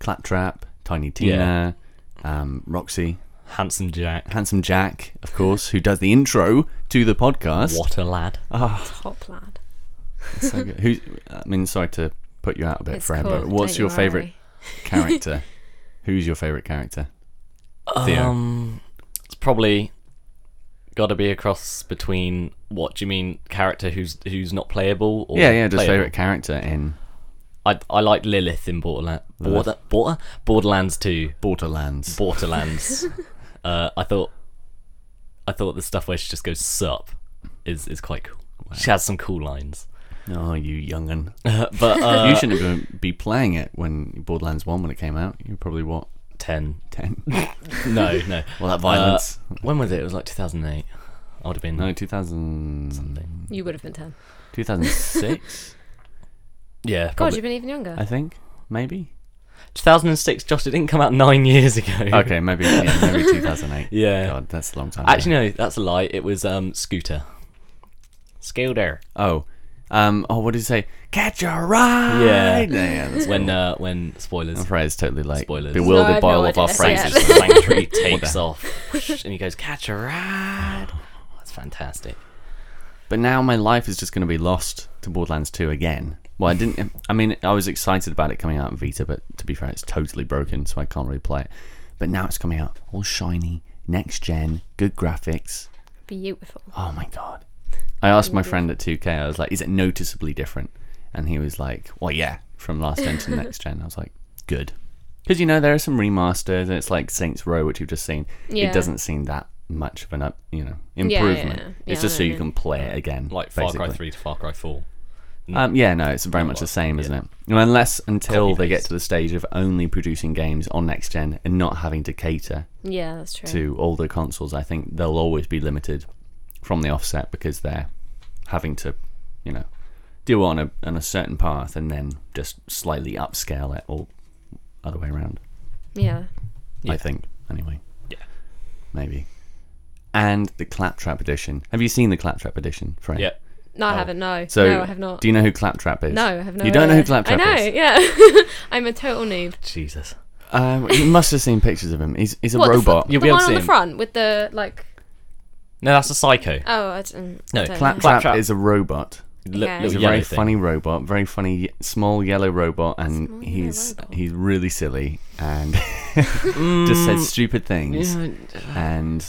[SPEAKER 4] Claptrap, Tiny Tina, um, Roxy,
[SPEAKER 6] Handsome Jack,
[SPEAKER 4] Handsome Jack, of course, who does the intro to the podcast.
[SPEAKER 6] what a lad!
[SPEAKER 4] Uh,
[SPEAKER 5] Top lad.
[SPEAKER 4] So good. Who's, I mean, sorry to put you out a bit,
[SPEAKER 5] It's
[SPEAKER 4] Fran,
[SPEAKER 5] cool.
[SPEAKER 4] but what's
[SPEAKER 5] Don't
[SPEAKER 4] your
[SPEAKER 5] you
[SPEAKER 4] favourite
[SPEAKER 5] worry.
[SPEAKER 4] character? Who's your favourite character? Theo.
[SPEAKER 6] Um, it's probably got to be a cross between what do you mean character who's who's not playable or
[SPEAKER 4] yeah, yeah, just
[SPEAKER 6] playable.
[SPEAKER 4] favourite character in
[SPEAKER 6] I I like Lilith in Borderland, Border, Border, Borderlands Two,
[SPEAKER 4] Borderlands.
[SPEAKER 6] Borderlands. uh, I thought, I thought the stuff where she just goes "sup" is is quite cool. She has some cool lines,
[SPEAKER 4] oh, you young'un.
[SPEAKER 6] but uh,
[SPEAKER 4] you shouldn't have be playing it when Borderlands 1 when it came out. You were probably, what,
[SPEAKER 6] ten.
[SPEAKER 4] 10?
[SPEAKER 6] No, no.
[SPEAKER 4] Well, that violence.
[SPEAKER 6] Uh, when was it? It was like 2008. I would have been
[SPEAKER 4] no, 2000,
[SPEAKER 5] You would have been 10.
[SPEAKER 4] 2006,
[SPEAKER 6] yeah,
[SPEAKER 5] God,
[SPEAKER 6] probably.
[SPEAKER 5] you've been even younger.
[SPEAKER 4] I think. Maybe.
[SPEAKER 6] 2006. Josh, it didn't come out nine years ago.
[SPEAKER 4] Okay, maybe yeah, maybe 2008.
[SPEAKER 6] Yeah.
[SPEAKER 4] God, that's a long time.
[SPEAKER 6] Actually,
[SPEAKER 4] ago.
[SPEAKER 6] no, that's a lie. It was um Scooter. Scooter.
[SPEAKER 4] Oh, um, oh, what did you say? Catch a ride.
[SPEAKER 6] Yeah.
[SPEAKER 4] yeah, yeah that's
[SPEAKER 6] When uh when spoilers.
[SPEAKER 4] I'm afraid it's totally like
[SPEAKER 6] Spoilers.
[SPEAKER 5] No, I
[SPEAKER 4] bewildered
[SPEAKER 5] have
[SPEAKER 4] by
[SPEAKER 5] no
[SPEAKER 4] all of our
[SPEAKER 5] idea. Yeah.
[SPEAKER 4] phrases.
[SPEAKER 6] Langtry takes
[SPEAKER 4] the-
[SPEAKER 6] off Oh. and he goes catch a ride. That's fantastic.
[SPEAKER 4] But now my life is just going to be lost to Borderlands 2 again. Well, I didn't. I mean, I was excited about it coming out in Vita, but to be fair, it's totally broken, so I can't really play it. But now it's coming out all shiny, next gen, good graphics.
[SPEAKER 5] Beautiful.
[SPEAKER 4] Oh my god! I asked my friend at 2K. I was like, "Is it noticeably different?" And he was like, "Well, yeah, from last gen to next gen." I was like, "Good," because you know there are some remasters, and it's like Saints Row, which you've just seen.
[SPEAKER 5] Yeah.
[SPEAKER 4] It doesn't seem that much of an up, you know,
[SPEAKER 5] yeah,
[SPEAKER 4] improvement.
[SPEAKER 5] yeah. Yeah,
[SPEAKER 4] It's just
[SPEAKER 5] I
[SPEAKER 4] so you
[SPEAKER 5] know.
[SPEAKER 4] can play it again,
[SPEAKER 6] Like Far Cry
[SPEAKER 4] basically.
[SPEAKER 6] 3 to Far Cry 4.
[SPEAKER 4] Um, yeah, no, it's very much the same, isn't it? And unless until
[SPEAKER 6] Copy
[SPEAKER 4] they get
[SPEAKER 6] paste.
[SPEAKER 4] to the stage of only producing games on next gen and not having to cater
[SPEAKER 5] Yeah, that's true.
[SPEAKER 4] to all the consoles, I think they'll always be limited from the offset because they're having to, you know, do on a on a certain path and then just slightly upscale it or other way around.
[SPEAKER 5] Yeah.
[SPEAKER 4] I think anyway.
[SPEAKER 6] Yeah.
[SPEAKER 4] Maybe. And the Claptrap edition. Have you seen the Claptrap edition, Fred?
[SPEAKER 6] Yeah.
[SPEAKER 5] No, I
[SPEAKER 6] Oh.
[SPEAKER 5] haven't. No.
[SPEAKER 4] So
[SPEAKER 5] no, I have not.
[SPEAKER 4] Do you know who Claptrap is?
[SPEAKER 5] no, I have no.
[SPEAKER 4] You don't know who
[SPEAKER 5] idea.
[SPEAKER 4] Claptrap
[SPEAKER 5] I know.
[SPEAKER 4] is?
[SPEAKER 5] Yeah. I'm a total noob.
[SPEAKER 6] Jesus.
[SPEAKER 4] Um, you must have seen pictures of him. He's he's a
[SPEAKER 5] What, the fr-
[SPEAKER 4] robot.
[SPEAKER 5] The,
[SPEAKER 6] You'll be able
[SPEAKER 5] one
[SPEAKER 6] to
[SPEAKER 5] on
[SPEAKER 6] see
[SPEAKER 5] the
[SPEAKER 6] him.
[SPEAKER 5] front with the like.
[SPEAKER 6] No, that's a psycho.
[SPEAKER 5] Oh, I don't. I
[SPEAKER 6] No,
[SPEAKER 5] don't
[SPEAKER 4] Claptrap,
[SPEAKER 5] know.
[SPEAKER 6] Claptrap.
[SPEAKER 4] is a robot.
[SPEAKER 6] Li-
[SPEAKER 5] Okay.
[SPEAKER 6] little
[SPEAKER 4] He's a
[SPEAKER 6] yellow
[SPEAKER 4] very
[SPEAKER 6] thing.
[SPEAKER 4] funny robot, very funny ye- small yellow robot, and
[SPEAKER 5] Small yellow
[SPEAKER 4] he's
[SPEAKER 5] robot.
[SPEAKER 4] he's really silly and just says stupid things. And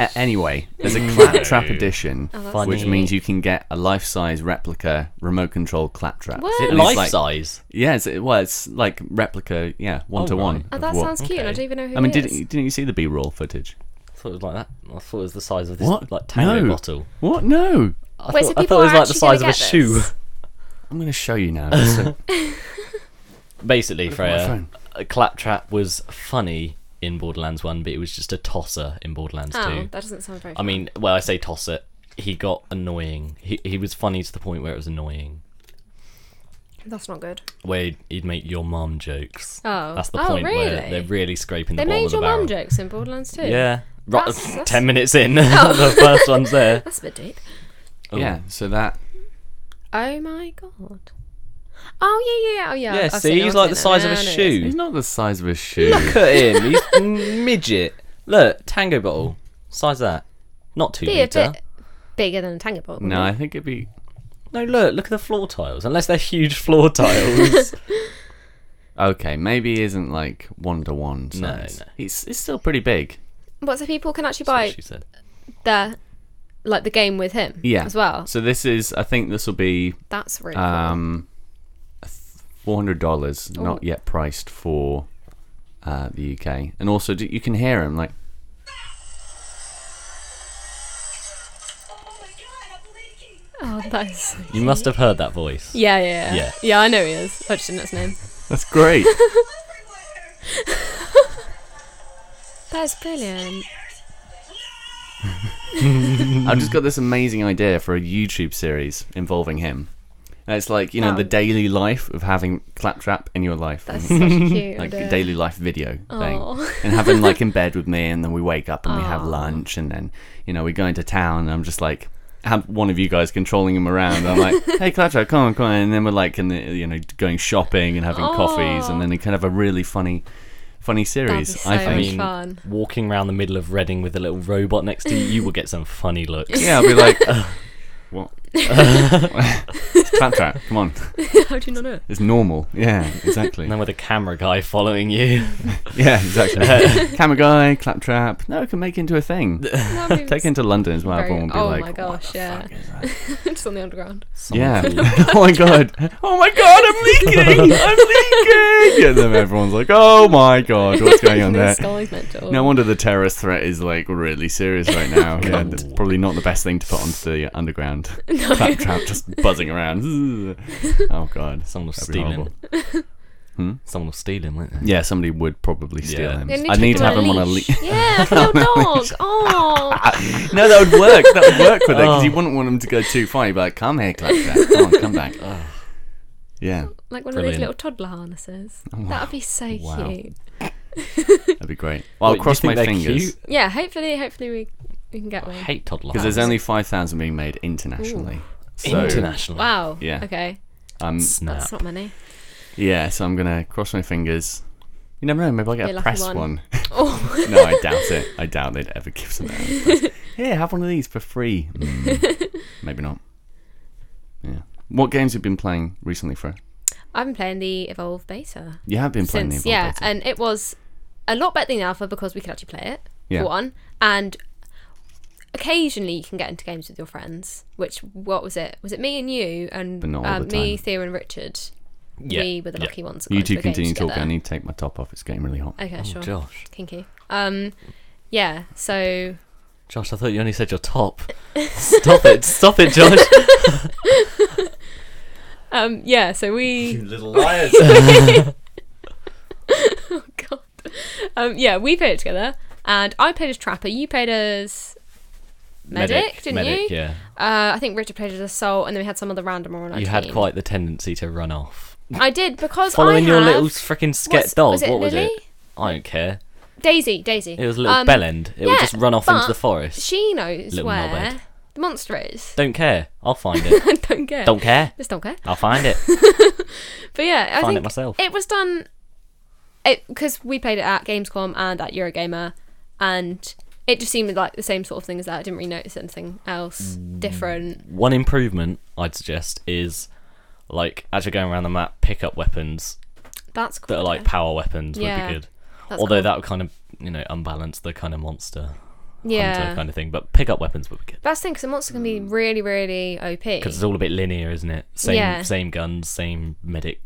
[SPEAKER 4] a- anyway, there's a claptrap edition,
[SPEAKER 6] funny.
[SPEAKER 4] which means you can get a life-size replica remote control claptrap.
[SPEAKER 5] What?
[SPEAKER 4] And
[SPEAKER 6] Is it
[SPEAKER 4] it's
[SPEAKER 6] life
[SPEAKER 4] like-
[SPEAKER 6] size?
[SPEAKER 4] Yeah, it's, it- well, it's like replica. Yeah, one to
[SPEAKER 6] right.
[SPEAKER 4] one.
[SPEAKER 5] Oh,
[SPEAKER 4] of
[SPEAKER 5] that
[SPEAKER 4] what-
[SPEAKER 5] sounds cute. and I
[SPEAKER 6] okay.
[SPEAKER 5] don't even know who.
[SPEAKER 4] I mean,
[SPEAKER 5] he
[SPEAKER 4] didn't
[SPEAKER 5] is.
[SPEAKER 4] you- didn't you see the B-roll footage?
[SPEAKER 6] I thought it was like that. I thought it was the size of this
[SPEAKER 4] What?
[SPEAKER 6] like tango
[SPEAKER 4] No.
[SPEAKER 6] bottle.
[SPEAKER 4] What? No,
[SPEAKER 6] I
[SPEAKER 5] Wait, so
[SPEAKER 6] thought, I
[SPEAKER 5] people
[SPEAKER 6] thought it was
[SPEAKER 5] are
[SPEAKER 6] like the
[SPEAKER 5] actually gonna
[SPEAKER 6] size of a
[SPEAKER 5] get
[SPEAKER 6] shoe.
[SPEAKER 5] this?
[SPEAKER 4] I'm going to show you now. just so-
[SPEAKER 6] Basically,
[SPEAKER 4] my
[SPEAKER 6] Freya,
[SPEAKER 4] phone.
[SPEAKER 6] a claptrap was funny in Borderlands One, but it was just a tosser in Borderlands
[SPEAKER 5] Oh,
[SPEAKER 6] Two.
[SPEAKER 5] that doesn't sound very.
[SPEAKER 6] I mean, well, I say tosser. He got annoying. He he was funny to the point where it was annoying.
[SPEAKER 5] that's not good.
[SPEAKER 6] Where he'd, he'd make your mum jokes.
[SPEAKER 5] Oh.
[SPEAKER 6] that's the
[SPEAKER 5] Oh,
[SPEAKER 6] point where
[SPEAKER 5] really?
[SPEAKER 6] they're really scraping
[SPEAKER 5] They
[SPEAKER 6] the bottom
[SPEAKER 5] made
[SPEAKER 6] of the
[SPEAKER 5] your
[SPEAKER 6] barrel.
[SPEAKER 5] mum jokes in Borderlands too.
[SPEAKER 6] Yeah, Ro-
[SPEAKER 5] That's- that's- Oh.
[SPEAKER 6] ten minutes in, the first one's there.
[SPEAKER 5] That's a bit deep.
[SPEAKER 4] yeah, so that
[SPEAKER 5] Oh my god. Oh yeah, yeah, yeah. Oh yeah.
[SPEAKER 6] Yeah,
[SPEAKER 5] I've
[SPEAKER 6] see,
[SPEAKER 5] seen it, I've
[SPEAKER 6] he's like
[SPEAKER 5] seen
[SPEAKER 6] the
[SPEAKER 5] it.
[SPEAKER 6] size of
[SPEAKER 5] No,
[SPEAKER 6] a
[SPEAKER 5] I know it.
[SPEAKER 6] shoe.
[SPEAKER 4] he's not the size of a shoe.
[SPEAKER 6] Look at him. He's m- midget. Look, tango bottle. Size that. Not two
[SPEAKER 5] Be a
[SPEAKER 6] liter.
[SPEAKER 5] bit bigger than a tango ball.
[SPEAKER 4] No, I think it'd be
[SPEAKER 6] No, look. Look at the floor tiles. Unless they're huge floor tiles.
[SPEAKER 4] okay. Maybe he isn't like one to one
[SPEAKER 6] No,
[SPEAKER 4] size.
[SPEAKER 6] no.
[SPEAKER 4] It's it's still pretty big.
[SPEAKER 5] What so people can actually
[SPEAKER 6] That's what
[SPEAKER 5] buy
[SPEAKER 6] she said.
[SPEAKER 5] their like the game with him.
[SPEAKER 4] Yeah,
[SPEAKER 5] As well.
[SPEAKER 4] So this is. I think this will be
[SPEAKER 5] That's really cool.
[SPEAKER 4] um, four hundred dollars, not yet priced for uh, the UK. And also, do, you can hear him like.
[SPEAKER 5] Oh, that is.
[SPEAKER 6] You must have heard that voice.
[SPEAKER 5] Yeah, yeah,
[SPEAKER 6] Yeah.
[SPEAKER 5] yeah. Yeah, I know he is. I just didn't know his name.
[SPEAKER 4] That's great.
[SPEAKER 5] That is brilliant.
[SPEAKER 4] I've just got this amazing idea for a YouTube series involving him. And it's like you know
[SPEAKER 5] Oh.
[SPEAKER 4] the daily life of having claptrap in your life,
[SPEAKER 5] That's such a cute.
[SPEAKER 4] like
[SPEAKER 5] idea.
[SPEAKER 4] a daily life video
[SPEAKER 5] Aw.
[SPEAKER 4] thing, and have him like in bed with me, and then we wake up and we have lunch, and then you know we go into town, and I'm just like have one of you guys controlling him around. I'm like, hey claptrap, come on, come on, and then we're like in the, you know going shopping and having coffees, and then it kind of a really funny, funny series.
[SPEAKER 5] That'd be
[SPEAKER 4] I
[SPEAKER 5] so
[SPEAKER 4] think.
[SPEAKER 5] much fun.
[SPEAKER 6] Walking around the middle of Reading with a little robot next to you, you will get some funny looks.
[SPEAKER 4] Yeah, I'll be like, what? it's claptrap, come on.
[SPEAKER 5] How do you not know?
[SPEAKER 4] It's normal. Yeah, exactly.
[SPEAKER 6] And then with a camera guy following you,
[SPEAKER 4] yeah, exactly. Camera guy, claptrap. No, it can make into a thing.
[SPEAKER 5] That'd be
[SPEAKER 4] Take into London as well.
[SPEAKER 5] very-
[SPEAKER 4] Everyone will be
[SPEAKER 5] oh
[SPEAKER 4] like,
[SPEAKER 5] my
[SPEAKER 4] "What
[SPEAKER 5] gosh,
[SPEAKER 4] the
[SPEAKER 5] yeah.
[SPEAKER 4] fuck is that?"
[SPEAKER 5] just on the underground.
[SPEAKER 4] Yeah. oh my god. Oh my god, I'm leaking. I'm leaking. And then everyone's like, oh my god, what's going on
[SPEAKER 5] the
[SPEAKER 4] there?
[SPEAKER 5] sky's mental.
[SPEAKER 4] No wonder the terrorist threat is like really serious right now. yeah, that's probably not the best thing to put onto the underground. Claptrap just buzzing around. oh god,
[SPEAKER 6] someone will
[SPEAKER 4] That'd be
[SPEAKER 6] steal him.
[SPEAKER 4] horrible. Hmm?
[SPEAKER 6] Someone will steal him, won't they?
[SPEAKER 4] Yeah, somebody would probably steal
[SPEAKER 6] Yeah.
[SPEAKER 4] him.
[SPEAKER 5] They
[SPEAKER 4] I need to have him on a
[SPEAKER 5] leash.
[SPEAKER 4] leash.
[SPEAKER 5] Yeah, for your dog. Oh,
[SPEAKER 4] No, that would work. That would work for them because you wouldn't want them to go too far. You'd be like, come here, Claptrap. Come on, come back. Yeah,
[SPEAKER 5] like one of
[SPEAKER 6] Brilliant.
[SPEAKER 5] those little toddler harnesses. That'd be so
[SPEAKER 4] Oh, Wow.
[SPEAKER 5] cute.
[SPEAKER 4] that'd be great. Well, I'll
[SPEAKER 6] Wait, do you
[SPEAKER 4] cross
[SPEAKER 6] think
[SPEAKER 4] my
[SPEAKER 6] they're
[SPEAKER 4] fingers
[SPEAKER 6] cute?
[SPEAKER 5] Yeah, hopefully, hopefully we we can get
[SPEAKER 6] I
[SPEAKER 5] one.
[SPEAKER 6] hate toddler.
[SPEAKER 4] because there's only 5,000 being made internationally. So,
[SPEAKER 6] international.
[SPEAKER 5] Wow.
[SPEAKER 4] Yeah.
[SPEAKER 5] Okay.
[SPEAKER 4] Um,
[SPEAKER 6] Snap.
[SPEAKER 5] That's not many.
[SPEAKER 4] yeah, so I'm going to cross my fingers. You never know, maybe I'll
[SPEAKER 5] Be
[SPEAKER 4] get
[SPEAKER 5] a
[SPEAKER 4] a
[SPEAKER 5] lucky
[SPEAKER 4] press
[SPEAKER 5] one.
[SPEAKER 4] one.
[SPEAKER 5] Oh,
[SPEAKER 4] no, I doubt it. I doubt they'd ever give some out. Here, have one of these for free. Mm, maybe not. Yeah. What games have you been playing recently, Fred?
[SPEAKER 5] I've been playing the Evolve beta
[SPEAKER 4] You have been playing
[SPEAKER 5] since
[SPEAKER 4] the
[SPEAKER 5] yeah,
[SPEAKER 4] Evolve beta.
[SPEAKER 5] and it was a lot better than the alpha because we could actually play it.
[SPEAKER 4] Yeah.
[SPEAKER 5] For one, and occasionally you can get into games with your friends. Which what was it? Was it me and you and
[SPEAKER 4] But not all
[SPEAKER 5] uh,
[SPEAKER 4] the
[SPEAKER 5] me,
[SPEAKER 4] time.
[SPEAKER 5] Theo, and Richard?
[SPEAKER 6] Yeah.
[SPEAKER 5] We were the
[SPEAKER 6] Yeah.
[SPEAKER 5] lucky ones. that got
[SPEAKER 4] You
[SPEAKER 5] into
[SPEAKER 4] two
[SPEAKER 5] a game
[SPEAKER 4] continue talking. I
[SPEAKER 5] together.
[SPEAKER 4] need to take my top off. It's getting really hot.
[SPEAKER 1] Oh,
[SPEAKER 5] Okay, sure.
[SPEAKER 6] Josh,
[SPEAKER 5] Kinky. Um, yeah. So
[SPEAKER 6] Josh, I thought you only said your top. Stop it! Stop it, Josh!
[SPEAKER 5] um, yeah. So we.
[SPEAKER 1] little liars.
[SPEAKER 5] Oh, God. Um, yeah, we played it together, and I played as Trapper. You played as Medic, didn't
[SPEAKER 6] Medic,
[SPEAKER 5] you?
[SPEAKER 6] Yeah.
[SPEAKER 5] Uh, I think Richard played as Assault, and then we had some other random one on our
[SPEAKER 6] You
[SPEAKER 5] team.
[SPEAKER 6] had quite the tendency to run off.
[SPEAKER 5] I did because
[SPEAKER 6] Following
[SPEAKER 5] I
[SPEAKER 6] your
[SPEAKER 5] have-
[SPEAKER 6] little freaking sket
[SPEAKER 5] What's-
[SPEAKER 6] dog.
[SPEAKER 5] was it
[SPEAKER 6] what was
[SPEAKER 5] Lily?
[SPEAKER 6] it? I don't care.
[SPEAKER 5] Daisy. Daisy.
[SPEAKER 6] It was a little
[SPEAKER 5] Um,
[SPEAKER 6] bellend. It
[SPEAKER 5] yeah,
[SPEAKER 6] would just run off into
[SPEAKER 5] but
[SPEAKER 6] the forest.
[SPEAKER 5] She knows
[SPEAKER 6] Little
[SPEAKER 5] where
[SPEAKER 6] knobhead.
[SPEAKER 5] the monster is.
[SPEAKER 6] Don't care. I'll find it.
[SPEAKER 5] don't care.
[SPEAKER 6] don't care.
[SPEAKER 5] Just don't care.
[SPEAKER 6] I'll find it.
[SPEAKER 5] But yeah, I
[SPEAKER 6] Find it
[SPEAKER 5] think
[SPEAKER 6] myself.
[SPEAKER 5] It was done because we played it at Gamescom and at Eurogamer, and it just seemed like the same sort of thing as that. I didn't really notice anything else
[SPEAKER 6] Mm.
[SPEAKER 5] different.
[SPEAKER 6] One improvement I'd suggest is like as you're going around the map, pick up weapons
[SPEAKER 5] That's cool.
[SPEAKER 6] that are like power weapons would
[SPEAKER 5] Yeah,
[SPEAKER 6] be good.
[SPEAKER 5] that's
[SPEAKER 6] Although
[SPEAKER 5] cool.
[SPEAKER 6] that would kind of you know unbalance the kind of monster
[SPEAKER 5] yeah.
[SPEAKER 6] hunter kind of thing. But pick up weapons would be good
[SPEAKER 5] That's the thing because a monster can be really, really OP.
[SPEAKER 6] because it's all a bit linear, isn't it? Same
[SPEAKER 5] Yeah.
[SPEAKER 6] same guns, same medic.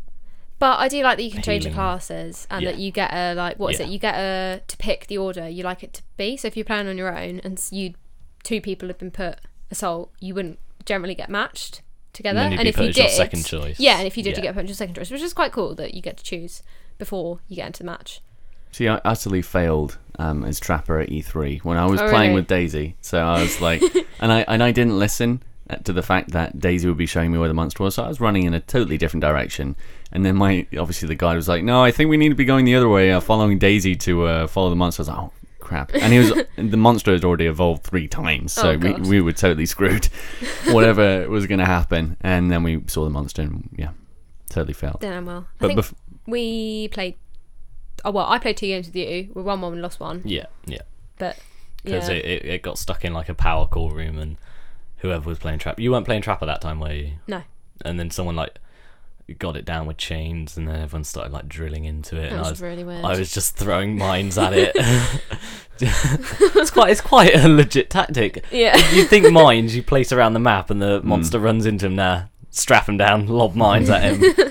[SPEAKER 5] But I do like that you can change your
[SPEAKER 6] Healing.
[SPEAKER 5] classes and
[SPEAKER 6] Yeah.
[SPEAKER 5] that you get a like what is
[SPEAKER 6] Yeah.
[SPEAKER 5] it? You get a to pick the order you like it to be. So if you're playing on your own and s- you two people have been put assault, you wouldn't generally get matched together.
[SPEAKER 6] then you'd be
[SPEAKER 5] if
[SPEAKER 6] put
[SPEAKER 5] you
[SPEAKER 6] as
[SPEAKER 5] did,
[SPEAKER 6] your second choice.
[SPEAKER 5] yeah, and if you did, you
[SPEAKER 6] Yeah.
[SPEAKER 5] get put as your second choice, which is quite cool that you get to choose before you get into the match.
[SPEAKER 4] See, I utterly failed um, as Trapper at E3 when I was
[SPEAKER 5] Oh,
[SPEAKER 4] playing
[SPEAKER 5] really?
[SPEAKER 4] with Daisy. So I was like, and I and I didn't listen uh, to the fact that Daisy would be showing me where the monster was. So I was running in a totally different direction. And then my obviously the guide was like, "No, I think we need to be going the other way, uh, following Daisy to uh, follow the monster." I was like, "Oh crap!" And he was the monster had already evolved three times, so
[SPEAKER 5] Oh,
[SPEAKER 4] we,
[SPEAKER 5] God.
[SPEAKER 4] we were totally screwed. Whatever was going to happen, and then we saw the monster, and yeah, totally failed.
[SPEAKER 5] Then well, I
[SPEAKER 4] But
[SPEAKER 5] think
[SPEAKER 4] bef-
[SPEAKER 5] we played. Oh well, I played two games with you. We won one, we lost one,
[SPEAKER 6] Yeah, yeah.
[SPEAKER 5] but yeah,
[SPEAKER 6] because it, it, it got stuck in like a power call room and whoever was playing trap you weren't playing trap at that time were you
[SPEAKER 5] no.
[SPEAKER 6] and then someone like got it down with chains and then everyone started like drilling into it and
[SPEAKER 5] was
[SPEAKER 6] I was
[SPEAKER 5] really weird.
[SPEAKER 6] I was just throwing mines at it it's quite it's quite a legit tactic
[SPEAKER 5] Yeah.
[SPEAKER 6] you think mines you place around the map and
[SPEAKER 4] Hmm.
[SPEAKER 6] the monster runs into him nah strap him down lob mines at him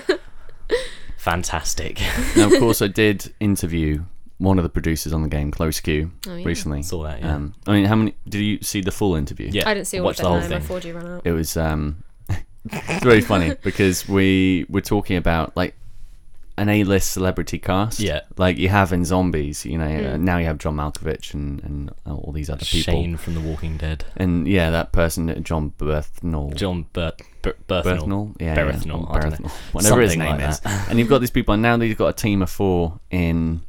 [SPEAKER 6] fantastic
[SPEAKER 4] now, of course, I did interview one of the producers on the game, Close Q,
[SPEAKER 5] yeah.
[SPEAKER 4] recently.
[SPEAKER 6] saw that yeah
[SPEAKER 4] Um, I mean, how many? Did you see the full interview?
[SPEAKER 6] yeah
[SPEAKER 5] I didn't see all
[SPEAKER 6] watch
[SPEAKER 5] of it.
[SPEAKER 6] the whole
[SPEAKER 5] no, my
[SPEAKER 6] thing
[SPEAKER 5] 4G ran out.
[SPEAKER 4] It was um, it's very funny because we were talking about like an A-list celebrity cast.
[SPEAKER 6] Yeah.
[SPEAKER 4] like you have in Zombies. You know, uh, now you have John Malkovich and and all these other people.
[SPEAKER 6] Shane from The Walking Dead.
[SPEAKER 4] And yeah, that person, John Berthnall.
[SPEAKER 6] John Bert, Ber- Berthnall.
[SPEAKER 4] Berthnall, yeah, yeah.
[SPEAKER 6] Berthnall.
[SPEAKER 4] Or
[SPEAKER 6] I don't know.
[SPEAKER 4] Berthnall. whatever his
[SPEAKER 6] Something
[SPEAKER 4] name
[SPEAKER 6] like
[SPEAKER 4] is.
[SPEAKER 6] that.
[SPEAKER 4] and you've got these people, and now they've got a team of four in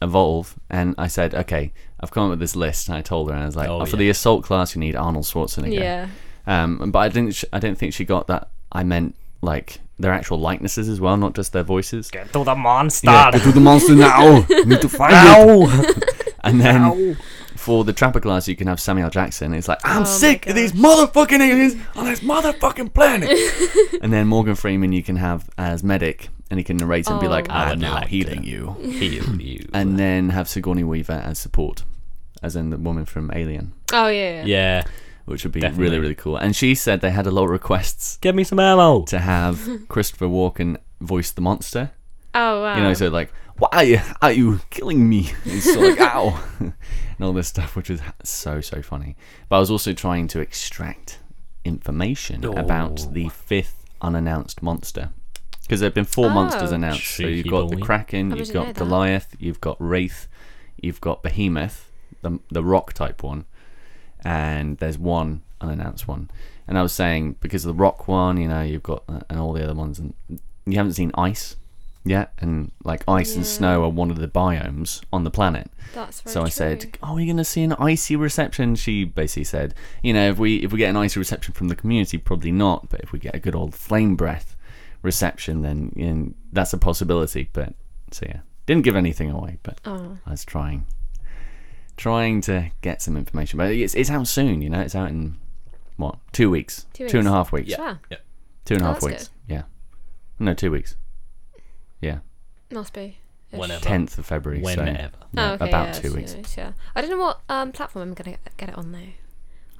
[SPEAKER 4] Evolve. And I said, okay, I've come up with this list. And I told her, and I was like,
[SPEAKER 6] Oh,
[SPEAKER 4] oh, for
[SPEAKER 6] yeah.
[SPEAKER 4] the assault class, you need Arnold Schwarzenegger.
[SPEAKER 5] Yeah.
[SPEAKER 4] Um, but I didn't. Sh- I don't think she got that. I meant like their actual likenesses as well, not just their voices.
[SPEAKER 7] Get to the monster.
[SPEAKER 4] Yeah, go to the monster now. Need to find it. And then for the Trapper class, you can have Samuel Jackson. It's like I'm sick of these motherfucking aliens on this motherfucking planet. and then Morgan Freeman, you can have as medic, and he can narrate and be like,
[SPEAKER 5] Oh.
[SPEAKER 4] "I'm
[SPEAKER 6] would
[SPEAKER 4] now
[SPEAKER 6] like
[SPEAKER 4] healing
[SPEAKER 6] to."
[SPEAKER 4] you,"
[SPEAKER 6] Heal you.
[SPEAKER 4] and then have Sigourney Weaver as support, as in the woman from Alien,
[SPEAKER 5] Oh yeah.
[SPEAKER 6] yeah.
[SPEAKER 4] which would be
[SPEAKER 6] Definitely.
[SPEAKER 4] really really cool. And she said they had a lot of requests
[SPEAKER 6] Give me some ammo.
[SPEAKER 4] to have Christopher Walken voice the monster.
[SPEAKER 5] Oh wow.
[SPEAKER 4] You know, so like, why are you killing me? It's sort of like, ow, and all this stuff, which was so so funny. But I was also trying to extract information
[SPEAKER 6] Oh.
[SPEAKER 4] about the fifth unannounced monster because there've been four monsters
[SPEAKER 5] Oh.
[SPEAKER 4] announced. So you've
[SPEAKER 6] Cheeky
[SPEAKER 4] got the
[SPEAKER 6] boy.
[SPEAKER 4] Kraken,
[SPEAKER 5] I
[SPEAKER 4] you've
[SPEAKER 5] didn't know
[SPEAKER 4] got
[SPEAKER 5] that.
[SPEAKER 4] Goliath, you've got Wraith, you've got Behemoth, the the rock type one, and there's one unannounced one. And I was saying because of the rock one, you know, you've got uh, and all the other ones, and you haven't seen ice yet, and like ice and snow are one of the biomes on the planet.
[SPEAKER 5] That's very
[SPEAKER 4] So I
[SPEAKER 5] true.
[SPEAKER 4] said, "Are we going to see an icy reception?" She basically said, "You know, if we if we get an icy reception from the community, probably not. But if we get a good old flame breath reception, then you know, that's a possibility." But so yeah, didn't give anything away, but
[SPEAKER 5] Oh.
[SPEAKER 4] I was trying, trying to get some information. But it's it's out soon, you know. It's out in what two weeks,
[SPEAKER 5] Two
[SPEAKER 4] two and a
[SPEAKER 5] weeks.
[SPEAKER 4] half weeks,
[SPEAKER 5] Wow.
[SPEAKER 4] two and a
[SPEAKER 5] Oh,
[SPEAKER 4] half
[SPEAKER 5] that's
[SPEAKER 4] weeks, yeah, no, two weeks, yeah,
[SPEAKER 5] Must be.
[SPEAKER 6] Whenever.
[SPEAKER 4] tenth of February, so-
[SPEAKER 6] Whenever.
[SPEAKER 4] yeah,
[SPEAKER 5] oh, okay,
[SPEAKER 4] about
[SPEAKER 5] yeah,
[SPEAKER 4] two
[SPEAKER 5] so
[SPEAKER 4] weeks.
[SPEAKER 5] it's, yeah. I don't know what um, platform I'm gonna get it on though.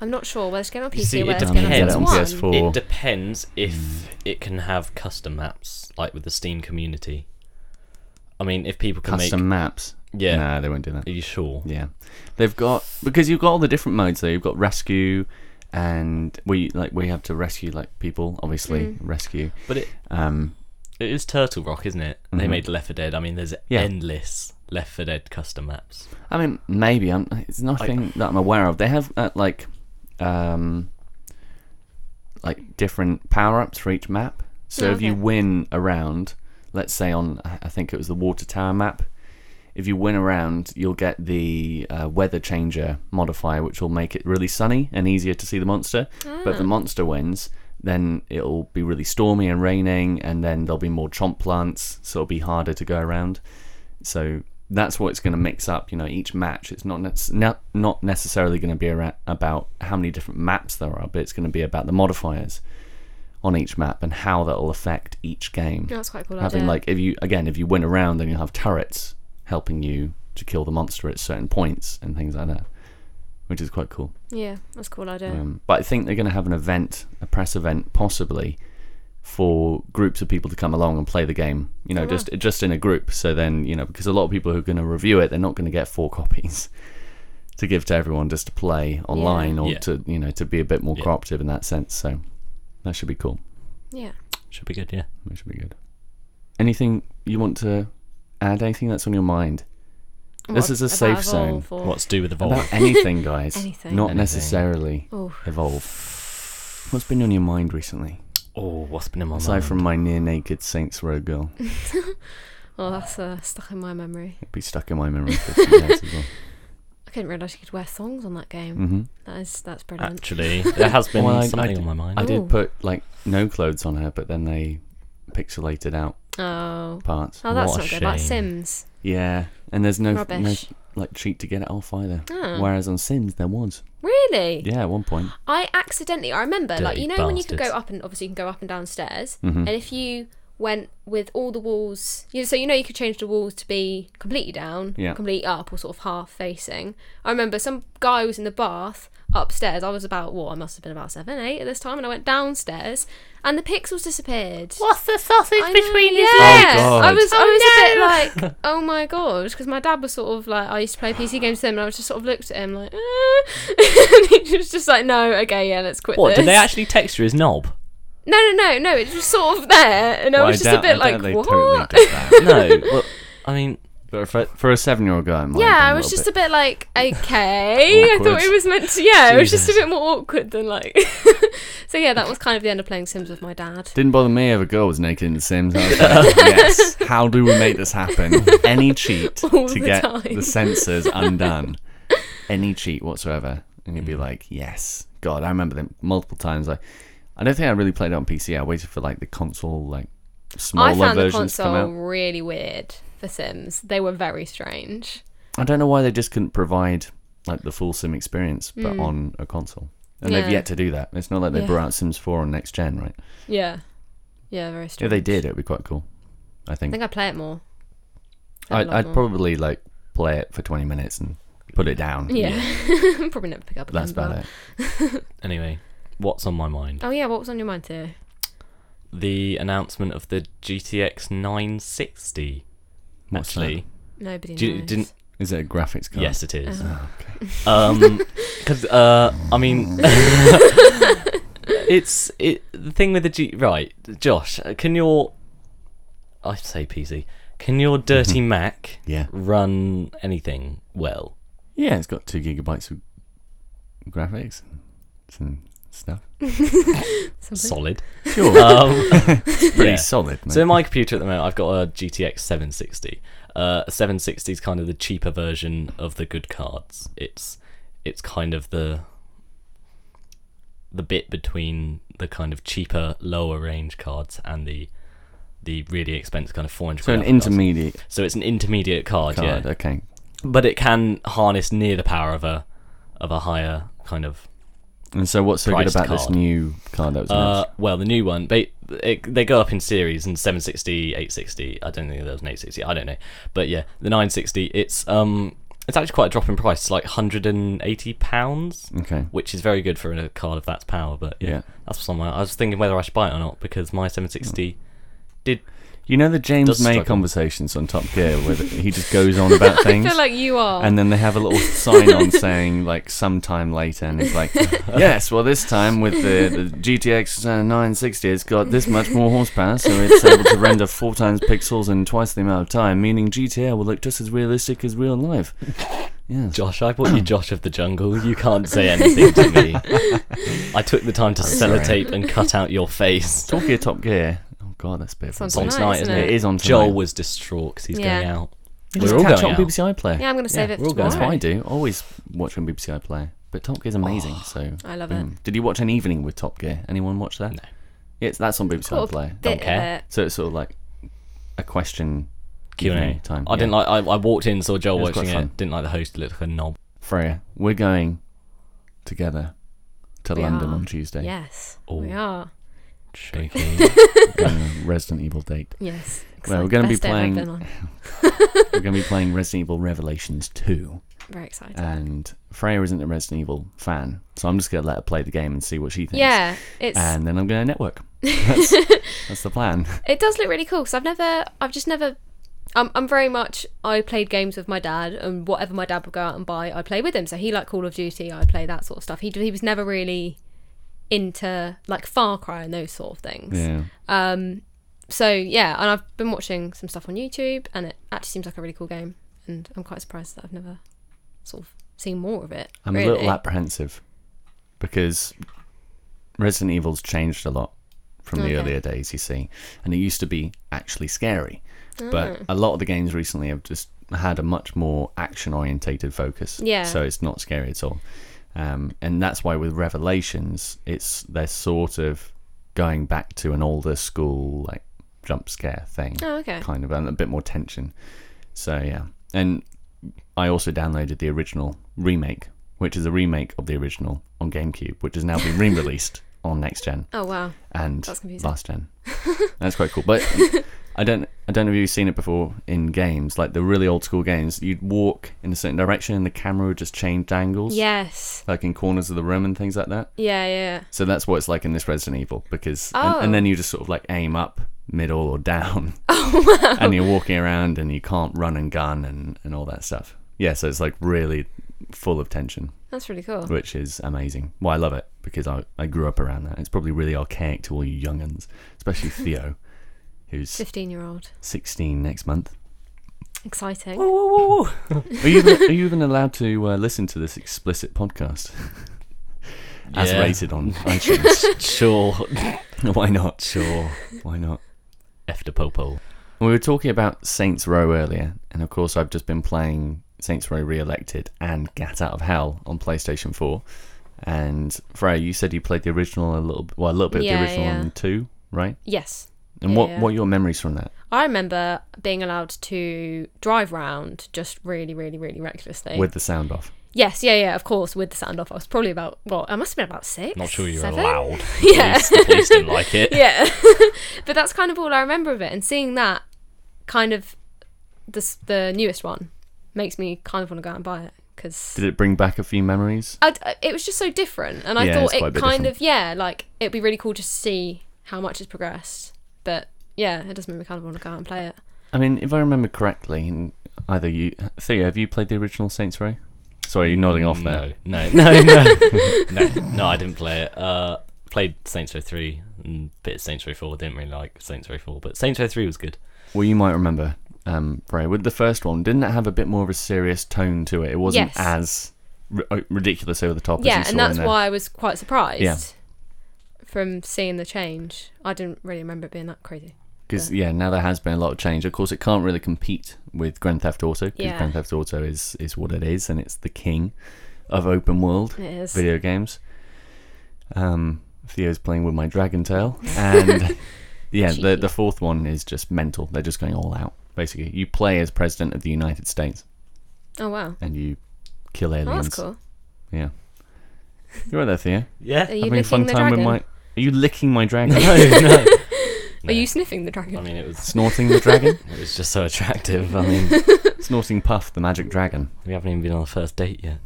[SPEAKER 5] I'm not sure whether it's going on PC
[SPEAKER 6] see,
[SPEAKER 5] or
[SPEAKER 6] it
[SPEAKER 5] whether it's going
[SPEAKER 4] Get it
[SPEAKER 5] on
[SPEAKER 4] on
[SPEAKER 5] PS4.
[SPEAKER 4] PS4.
[SPEAKER 6] It depends
[SPEAKER 4] Mm.
[SPEAKER 6] if it can have custom maps, like with the Steam community. I mean, if people can
[SPEAKER 4] custom maps.
[SPEAKER 6] Yeah.
[SPEAKER 4] no, they won't do that.
[SPEAKER 6] make. Are you sure?
[SPEAKER 4] Yeah, they've got because you've got all the different modes though. You've got rescue, and we like we have to rescue like people, obviously rescue.
[SPEAKER 6] But it,
[SPEAKER 4] Um,
[SPEAKER 6] it is Turtle Rock, isn't it? They made Left 4 Dead. I mean, there's
[SPEAKER 4] Mm-hmm. Yeah.
[SPEAKER 6] endless Left 4 Dead custom maps.
[SPEAKER 4] I mean maybe I'm. It's nothing that I'm aware of. They have uh, like, um, like different power ups for each map. So if you
[SPEAKER 5] okay.
[SPEAKER 4] win a round, let's say on I I think it was the water tower map. If you win a round, you'll get the uh, weather changer modifier, which will make it really sunny and easier to see the monster. But if the monster wins, then it'll be really stormy and raining, and then there'll be more chomp plants, so it'll be harder to go around. So that's what it's going to mix up. You know, each match, it's not nec- not not necessarily going to be ara- about how many different maps there are, but it's going to be about the modifiers on each map and how that'll affect each game
[SPEAKER 5] That's quite a cool.
[SPEAKER 4] having
[SPEAKER 5] idea.
[SPEAKER 4] like if you again if you win a round then you'll have turrets helping you to kill the monster at certain points and things like that which is quite cool
[SPEAKER 5] yeah, that's a cool idea.
[SPEAKER 4] um, but i think they're going to have an event a press event possibly for groups of people to come along and play the game you know just just in a group so then you know because a lot of people who are going to review it they're not going to get four copies to give to everyone just to play online or
[SPEAKER 6] Yeah.
[SPEAKER 4] to you know to be a bit more cooperative in that sense so that should be cool
[SPEAKER 5] yeah.
[SPEAKER 6] Should be good, yeah.
[SPEAKER 4] that should be good. Anything you want to add? Anything that's on your mind? This
[SPEAKER 5] What
[SPEAKER 4] is a
[SPEAKER 5] about
[SPEAKER 4] safe
[SPEAKER 5] Evolve
[SPEAKER 4] zone.
[SPEAKER 5] or-
[SPEAKER 6] What's do with the vault?
[SPEAKER 4] About anything, guys.
[SPEAKER 5] Anything.
[SPEAKER 4] Not
[SPEAKER 6] Oh. Anything.
[SPEAKER 4] necessarily
[SPEAKER 5] Oof.
[SPEAKER 4] evolve. What's been on your mind recently?
[SPEAKER 6] Oh, what's been in my
[SPEAKER 4] Aside
[SPEAKER 6] mind?
[SPEAKER 4] from my near naked Saints Row girl,
[SPEAKER 5] Oh, that's uh, stuck in my memory.
[SPEAKER 4] it'd be stuck in my memory for a few days as well.
[SPEAKER 5] I couldn't realise you could wear thongs on that game.
[SPEAKER 4] Mhm.
[SPEAKER 5] That is that's brilliant.
[SPEAKER 6] Actually, there has been
[SPEAKER 4] Well, I- I
[SPEAKER 6] something
[SPEAKER 4] d-
[SPEAKER 6] on my mind.
[SPEAKER 4] I
[SPEAKER 5] Ooh.
[SPEAKER 4] did put like no clothes on her, but then they pixelated out
[SPEAKER 5] Oh,
[SPEAKER 4] parts.
[SPEAKER 5] oh, that's
[SPEAKER 6] What
[SPEAKER 5] not
[SPEAKER 6] a
[SPEAKER 5] good. Like
[SPEAKER 6] shame.
[SPEAKER 5] Sims.
[SPEAKER 4] Yeah, and there's no, no
[SPEAKER 5] Rubbish.
[SPEAKER 4] like cheat to get it off either.
[SPEAKER 5] Ah.
[SPEAKER 4] Whereas on Sims there was.
[SPEAKER 5] Really?
[SPEAKER 4] Yeah, at one point.
[SPEAKER 5] I accidentally, I remember, like
[SPEAKER 6] Dirty
[SPEAKER 5] you know when you could go
[SPEAKER 6] bastards.
[SPEAKER 5] up and obviously you can go up and down stairs, and if you went with all the walls, you so you know you could change the walls to be completely down,
[SPEAKER 4] Yeah.
[SPEAKER 5] completely up, or sort of half facing. I remember some guy was in the bath upstairs. I was about what I must have been about seven, eight at this time, and I went downstairs, and the pixels disappeared.
[SPEAKER 7] What's the sausage
[SPEAKER 5] I know,
[SPEAKER 7] between his legs?
[SPEAKER 5] yeah.
[SPEAKER 4] God.
[SPEAKER 5] I was, I
[SPEAKER 7] Oh,
[SPEAKER 5] was a bit like, oh my god, because my dad was sort of like, I used to play PC games with him, and I was just sort of looked at him like, "Uh." eh. and he was just like, no, okay, yeah, let's quit
[SPEAKER 6] What,
[SPEAKER 5] this.
[SPEAKER 6] did they actually texture his knob?
[SPEAKER 5] No, no, no, no. It's just sort of there, and I
[SPEAKER 4] Well,
[SPEAKER 5] was just a
[SPEAKER 4] doubt-
[SPEAKER 5] bit
[SPEAKER 4] doubt
[SPEAKER 5] like,
[SPEAKER 4] they
[SPEAKER 5] what?
[SPEAKER 4] totally did that.
[SPEAKER 6] No, well, I mean,
[SPEAKER 4] But for, for a seven-year-old guy, it might have
[SPEAKER 5] yeah,
[SPEAKER 4] been
[SPEAKER 5] I
[SPEAKER 4] a
[SPEAKER 5] was
[SPEAKER 4] little
[SPEAKER 5] just
[SPEAKER 4] bit.
[SPEAKER 5] a bit like, okay. I thought
[SPEAKER 4] Awkward.
[SPEAKER 5] it was meant to. Yeah, it was just a
[SPEAKER 6] Jesus.
[SPEAKER 5] bit more awkward than like. so yeah, that was kind of the end of playing Sims with my dad.
[SPEAKER 4] Didn't bother me if a girl was naked in The Sims. I was like, yes. How do we make this happen? Any cheat
[SPEAKER 5] All
[SPEAKER 4] to
[SPEAKER 5] the
[SPEAKER 4] get
[SPEAKER 5] time.
[SPEAKER 4] the censors undone. Any cheat whatsoever. And
[SPEAKER 5] Mm.
[SPEAKER 4] you'd be like, yes. God, I remember them multiple times. Like, I don't think I really played it on PC. I waited for like the console, like
[SPEAKER 5] I
[SPEAKER 4] smaller
[SPEAKER 5] found the
[SPEAKER 4] versions to come
[SPEAKER 5] console
[SPEAKER 4] out.
[SPEAKER 5] really weird for Sims. They were very strange.
[SPEAKER 4] I don't know why they just couldn't provide like the full sim experience, but on a console. And
[SPEAKER 5] Mm. Yeah.
[SPEAKER 4] they've yet to do that. It's not like they
[SPEAKER 5] Yeah.
[SPEAKER 4] brought out Sims 4 on next gen, right?
[SPEAKER 5] Yeah, yeah, very
[SPEAKER 4] If
[SPEAKER 5] strange.
[SPEAKER 4] they did, it would be quite cool. I
[SPEAKER 5] I
[SPEAKER 4] think.
[SPEAKER 5] think I play it more. a
[SPEAKER 4] I'd,
[SPEAKER 5] lot
[SPEAKER 4] I'd
[SPEAKER 5] more.
[SPEAKER 4] probably like play it for 20 minutes and put it down.
[SPEAKER 5] Yeah, probably never pick up.
[SPEAKER 4] That's
[SPEAKER 5] again,
[SPEAKER 4] about
[SPEAKER 5] but-
[SPEAKER 4] it.
[SPEAKER 6] anyway, what's on my mind?
[SPEAKER 5] Oh yeah, what was on your mind Theo?
[SPEAKER 6] The announcement of the GTX 960.
[SPEAKER 4] What's that?
[SPEAKER 6] actually,
[SPEAKER 5] Nobody
[SPEAKER 6] do you-
[SPEAKER 5] knows.
[SPEAKER 6] didn't
[SPEAKER 4] Is it a graphics card?
[SPEAKER 6] Yes, it is.
[SPEAKER 4] Oh,
[SPEAKER 6] Um, because uh, I mean,
[SPEAKER 4] Mm.
[SPEAKER 6] it's it the thing with the G. Right, Josh, uh, can your I say PC? Can your dirty Mac
[SPEAKER 4] Mm-hmm. Yeah.
[SPEAKER 6] run anything well?
[SPEAKER 4] Yeah, it's got two gigabytes of graphics and some stuff.
[SPEAKER 6] Solid.
[SPEAKER 4] Sure.
[SPEAKER 6] Um,
[SPEAKER 4] pretty
[SPEAKER 6] yeah.
[SPEAKER 4] solid, mate.
[SPEAKER 6] So in my computer at the moment, I've got a GTX 760. Uh, 760 is kind of the cheaper version of the good cards. It's it's kind of the the bit between the kind of cheaper, lower range cards and the the really expensive kind of 400.
[SPEAKER 4] so an
[SPEAKER 6] quid cards.
[SPEAKER 4] intermediate
[SPEAKER 6] So it's an intermediate card,
[SPEAKER 4] card.
[SPEAKER 6] yeah.
[SPEAKER 4] Okay.
[SPEAKER 6] But it can harness near the power of a of a higher kind of
[SPEAKER 4] And so what's so
[SPEAKER 6] Priced
[SPEAKER 4] good about this
[SPEAKER 6] card.
[SPEAKER 4] new card that was
[SPEAKER 6] Uh,
[SPEAKER 4] announced?
[SPEAKER 6] well, the new one, they it, they go up in series and 760, 860. I don't think there was an 860. I don't know, but yeah, the 960. It's um, it's actually quite a drop in price. It's like 180 pounds,
[SPEAKER 4] Okay.
[SPEAKER 6] which is very good for a card of that power. But yeah,
[SPEAKER 4] Yeah.
[SPEAKER 6] that's somewhere. I was thinking whether I should buy it or not because my 760 did.
[SPEAKER 4] You know the James
[SPEAKER 6] does
[SPEAKER 4] May
[SPEAKER 6] struggle.
[SPEAKER 4] conversations on Top Gear where the- he just goes on about
[SPEAKER 5] I
[SPEAKER 4] things?
[SPEAKER 5] feel like you are.
[SPEAKER 4] and then they have a little sign on saying like sometime later and it's like yes well this time with the, the gtx uh, 960 it's got this much more horsepower so it's able to render four times pixels in twice the amount of time meaning gta will look just as realistic as real life yes
[SPEAKER 6] Josh, I bought you Josh of the Jungle. You can't say anything to me. I took the time to sellotape and cut out your face.
[SPEAKER 4] top gear top gear oh god that's a bit of a-
[SPEAKER 5] Sounds
[SPEAKER 6] on
[SPEAKER 5] nice,
[SPEAKER 6] tonight,
[SPEAKER 5] isn't
[SPEAKER 6] isn't
[SPEAKER 5] it?
[SPEAKER 4] it is on tonight.
[SPEAKER 6] Joel was distraught because he's going
[SPEAKER 5] Yeah.
[SPEAKER 6] out.
[SPEAKER 4] Just
[SPEAKER 6] We're all
[SPEAKER 4] catch
[SPEAKER 6] going
[SPEAKER 4] up on
[SPEAKER 6] out.
[SPEAKER 4] bbc iplayer
[SPEAKER 5] yeah, I'm gonna save it for
[SPEAKER 6] we're all going
[SPEAKER 5] tomorrow. Oh,
[SPEAKER 4] that's what i do always watch on bbc iplayer but top gear's amazing so
[SPEAKER 5] I love it.
[SPEAKER 4] did you watch an evening with top gear anyone watch that
[SPEAKER 6] No.
[SPEAKER 4] it's that's on bbc
[SPEAKER 5] Got a
[SPEAKER 4] iplayer
[SPEAKER 5] bit of
[SPEAKER 6] care.
[SPEAKER 5] it.
[SPEAKER 4] So it's sort of like a question
[SPEAKER 6] Q and
[SPEAKER 4] evening
[SPEAKER 6] A
[SPEAKER 4] time.
[SPEAKER 6] I didn't like. I, I walked in, saw Joel
[SPEAKER 4] It was
[SPEAKER 6] watching
[SPEAKER 4] quite
[SPEAKER 6] it.
[SPEAKER 4] fun.
[SPEAKER 6] Didn't like the host. Looked like a knob.
[SPEAKER 4] Freya. We're going together to
[SPEAKER 5] We
[SPEAKER 4] London
[SPEAKER 5] are.
[SPEAKER 4] on Tuesday.
[SPEAKER 5] Yes,
[SPEAKER 6] Oh.
[SPEAKER 5] we are.
[SPEAKER 6] Shaking.
[SPEAKER 4] Going on a Resident Evil date.
[SPEAKER 5] Yes.
[SPEAKER 4] Well, we're
[SPEAKER 5] Excited.
[SPEAKER 4] gonna be
[SPEAKER 5] Best day I've ever
[SPEAKER 4] playing-
[SPEAKER 5] been on.
[SPEAKER 4] We're going to be playing Resident Evil Revelations two,
[SPEAKER 5] Very excited.
[SPEAKER 4] and Freya isn't a Resident Evil fan, so I'm just going to let her play the game and see what she thinks.
[SPEAKER 5] yeah, it's
[SPEAKER 4] And then I'm going to network. That's, that's the plan.
[SPEAKER 5] it does look really cool because I've never, I've just never. I'm, I'm very much. I played games with my dad, and whatever my dad would go out and buy, I play with him. So he liked Call of Duty, I play that sort of stuff. He he was never really into like Far Cry and those sort of things.
[SPEAKER 4] Yeah.
[SPEAKER 5] So yeah, and I've been watching some stuff on YouTube, and it actually seems like a really cool game, and I'm quite surprised that I've never sort of seen more of it.
[SPEAKER 4] I'm
[SPEAKER 5] really.
[SPEAKER 4] a little apprehensive because Resident Evil's changed a lot from the
[SPEAKER 5] Okay.
[SPEAKER 4] earlier days, you see. And it used to be actually scary.
[SPEAKER 5] Mm.
[SPEAKER 4] But a lot of the games recently have just had a much more action orientated focus.
[SPEAKER 5] Yeah.
[SPEAKER 4] So it's not scary at all. Um, and that's why with Revelations, it's they're sort of going back to an older school like jump scare thing
[SPEAKER 5] Oh, okay.
[SPEAKER 4] kind of and a bit more tension. So yeah, and I also downloaded the original remake, which is a remake of the original on GameCube, which has now been re-released on next gen
[SPEAKER 5] Oh wow.
[SPEAKER 4] and
[SPEAKER 5] That's confusing.
[SPEAKER 4] last gen. That's quite cool, but I don't I don't know if you've seen it before in games like the really old school games. You'd walk in a certain direction and the camera would just change angles,
[SPEAKER 5] Yes.
[SPEAKER 4] like in corners of the room and things like that.
[SPEAKER 5] Yeah, yeah.
[SPEAKER 4] So that's what it's like in this Resident Evil because,
[SPEAKER 5] Oh.
[SPEAKER 4] and, and then you just sort of like aim up, middle, or down. And you're walking around and you can't run and gun and, and all that stuff. Yeah, so it's like really full of tension,
[SPEAKER 5] That's really cool.
[SPEAKER 4] which is amazing. Well, I love it because I, I grew up around that. It's probably really archaic to all you younguns, especially Theo, who's
[SPEAKER 5] 15 year old.
[SPEAKER 4] 16 next month.
[SPEAKER 5] Exciting.
[SPEAKER 4] Are you even, are you even allowed to uh, listen to this explicit podcast? As
[SPEAKER 6] Yeah.
[SPEAKER 4] rated on iTunes.
[SPEAKER 6] Sure.
[SPEAKER 4] Why not? Sure. Why not?
[SPEAKER 6] F the popo.
[SPEAKER 4] We were talking about Saints Row earlier, and of course, I've just been playing Saints Row Re-elected and Get Out of Hell on PlayStation 4. And Freya, you said you played the original a little, well, a little bit of
[SPEAKER 5] Yeah,
[SPEAKER 4] the original
[SPEAKER 5] yeah.
[SPEAKER 4] and two, right?
[SPEAKER 5] Yes.
[SPEAKER 4] And what
[SPEAKER 5] Yeah.
[SPEAKER 4] what are your memories from that?
[SPEAKER 5] I remember being allowed to drive round just really, really, really recklessly.
[SPEAKER 4] With the sound off,
[SPEAKER 5] yes, yeah, yeah, of course, with the sound off. I was probably about, well, I must have been about six.
[SPEAKER 6] Not sure you're
[SPEAKER 5] seven?
[SPEAKER 6] allowed.
[SPEAKER 5] Yeah.
[SPEAKER 6] Police, the police didn't like it.
[SPEAKER 5] yeah but that's kind of all i remember of it and seeing that kind of this the newest one makes me kind of want to go out and buy it because
[SPEAKER 4] did it bring back a few memories?
[SPEAKER 5] it was just so different and i
[SPEAKER 4] Yeah, it's
[SPEAKER 5] thought
[SPEAKER 4] quite a
[SPEAKER 5] it
[SPEAKER 4] bit
[SPEAKER 5] kind
[SPEAKER 4] different.
[SPEAKER 5] of yeah like it'd be really cool just to see how much it's progressed but yeah it does make me kind of want to go out and play it
[SPEAKER 4] I mean, if I remember correctly, and either you, Theo, have you played the original Saints Row? Sorry, you're nodding off there.
[SPEAKER 6] No, no, no, no, no, no. I didn't play it. Uh, played Saints Row three and a bit of Saints Row four. Didn't really like Saints Row four, but Saints Row three was good.
[SPEAKER 4] Well, you might remember, um, Freya, with the first one, didn't it have a bit more of a serious tone to it? It wasn't
[SPEAKER 5] Yes.
[SPEAKER 4] as ri- uh, ridiculous over the top
[SPEAKER 5] yeah
[SPEAKER 4] as you
[SPEAKER 5] and
[SPEAKER 4] saw
[SPEAKER 5] that's
[SPEAKER 4] in there.
[SPEAKER 5] why i was quite surprised
[SPEAKER 4] Yeah.
[SPEAKER 5] from seeing the change i didn't really remember it being that crazy
[SPEAKER 4] Because, yeah, now there has been a lot of change. Of course, it can't really compete with Grand Theft Auto, because
[SPEAKER 5] Yeah.
[SPEAKER 4] Grand Theft Auto is, is what it is, and it's the king of open world
[SPEAKER 5] it is
[SPEAKER 4] video games. Um, Theo's playing with my Dragon Tail, and yeah, the, the fourth one is just mental. They're just going all out, basically. You play as President of the United States,
[SPEAKER 5] oh wow
[SPEAKER 4] and you kill
[SPEAKER 5] oh,
[SPEAKER 4] aliens.
[SPEAKER 5] that's cool
[SPEAKER 4] Yeah. You're right there, Thea.
[SPEAKER 5] are
[SPEAKER 6] Yeah.
[SPEAKER 5] you licking the dragon
[SPEAKER 4] my. Are you licking my dragon?
[SPEAKER 6] No, no.
[SPEAKER 5] are you sniffing the dragon
[SPEAKER 6] I mean, it was
[SPEAKER 4] Snorting the dragon?
[SPEAKER 6] it was just so attractive. I mean,
[SPEAKER 4] Snorting Puff, the magic dragon.
[SPEAKER 6] we haven't even been on the first date yet.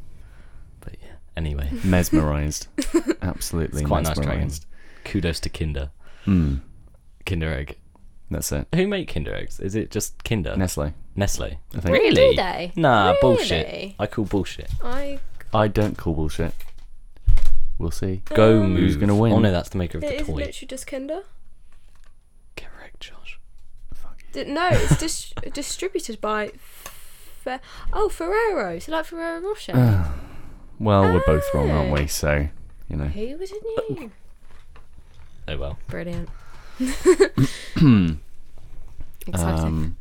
[SPEAKER 6] But yeah. Anyway,
[SPEAKER 4] Mesmerized. Absolutely
[SPEAKER 6] It's quite a nice dragon.
[SPEAKER 4] mesmerized.
[SPEAKER 6] kudos to Kinder.
[SPEAKER 4] Mm,
[SPEAKER 6] Kinder egg.
[SPEAKER 4] that's it.
[SPEAKER 6] Who make Kinder eggs? Is it just Kinder?
[SPEAKER 4] Nestle,
[SPEAKER 6] Nestle.
[SPEAKER 4] I think.
[SPEAKER 6] Really?
[SPEAKER 5] Do they?
[SPEAKER 6] Nah,
[SPEAKER 5] Really?
[SPEAKER 6] bullshit. I call bullshit.
[SPEAKER 5] I
[SPEAKER 4] I don't call bullshit. We'll see.
[SPEAKER 6] Go
[SPEAKER 4] Um,
[SPEAKER 6] move.
[SPEAKER 4] Who's gonna win?
[SPEAKER 6] Oh no, that's the maker of
[SPEAKER 5] It
[SPEAKER 6] the
[SPEAKER 5] is
[SPEAKER 6] toy.
[SPEAKER 5] literally just Kinder.
[SPEAKER 6] Correct, Josh.
[SPEAKER 5] Di- no, it's dis- distributed by. Fer- oh, Ferrero. So like Ferrero Rocher.
[SPEAKER 4] Uh. Well, we're both wrong, aren't we? So, you know.
[SPEAKER 5] Who would it need?
[SPEAKER 6] Oh well.
[SPEAKER 4] Uh.
[SPEAKER 5] Brilliant.
[SPEAKER 4] Um,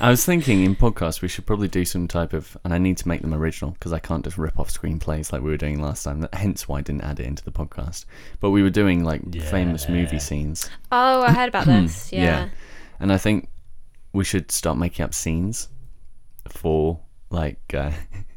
[SPEAKER 4] I was thinking in podcasts we should probably do some type of, and I need to make them original because I can't just rip off screenplays like we were doing last time. That, hence why I didn't add it into the podcast. But we were doing like famous movie scenes.
[SPEAKER 5] oh, I heard about this. Yeah.
[SPEAKER 4] And I think we should start making up scenes for like uh,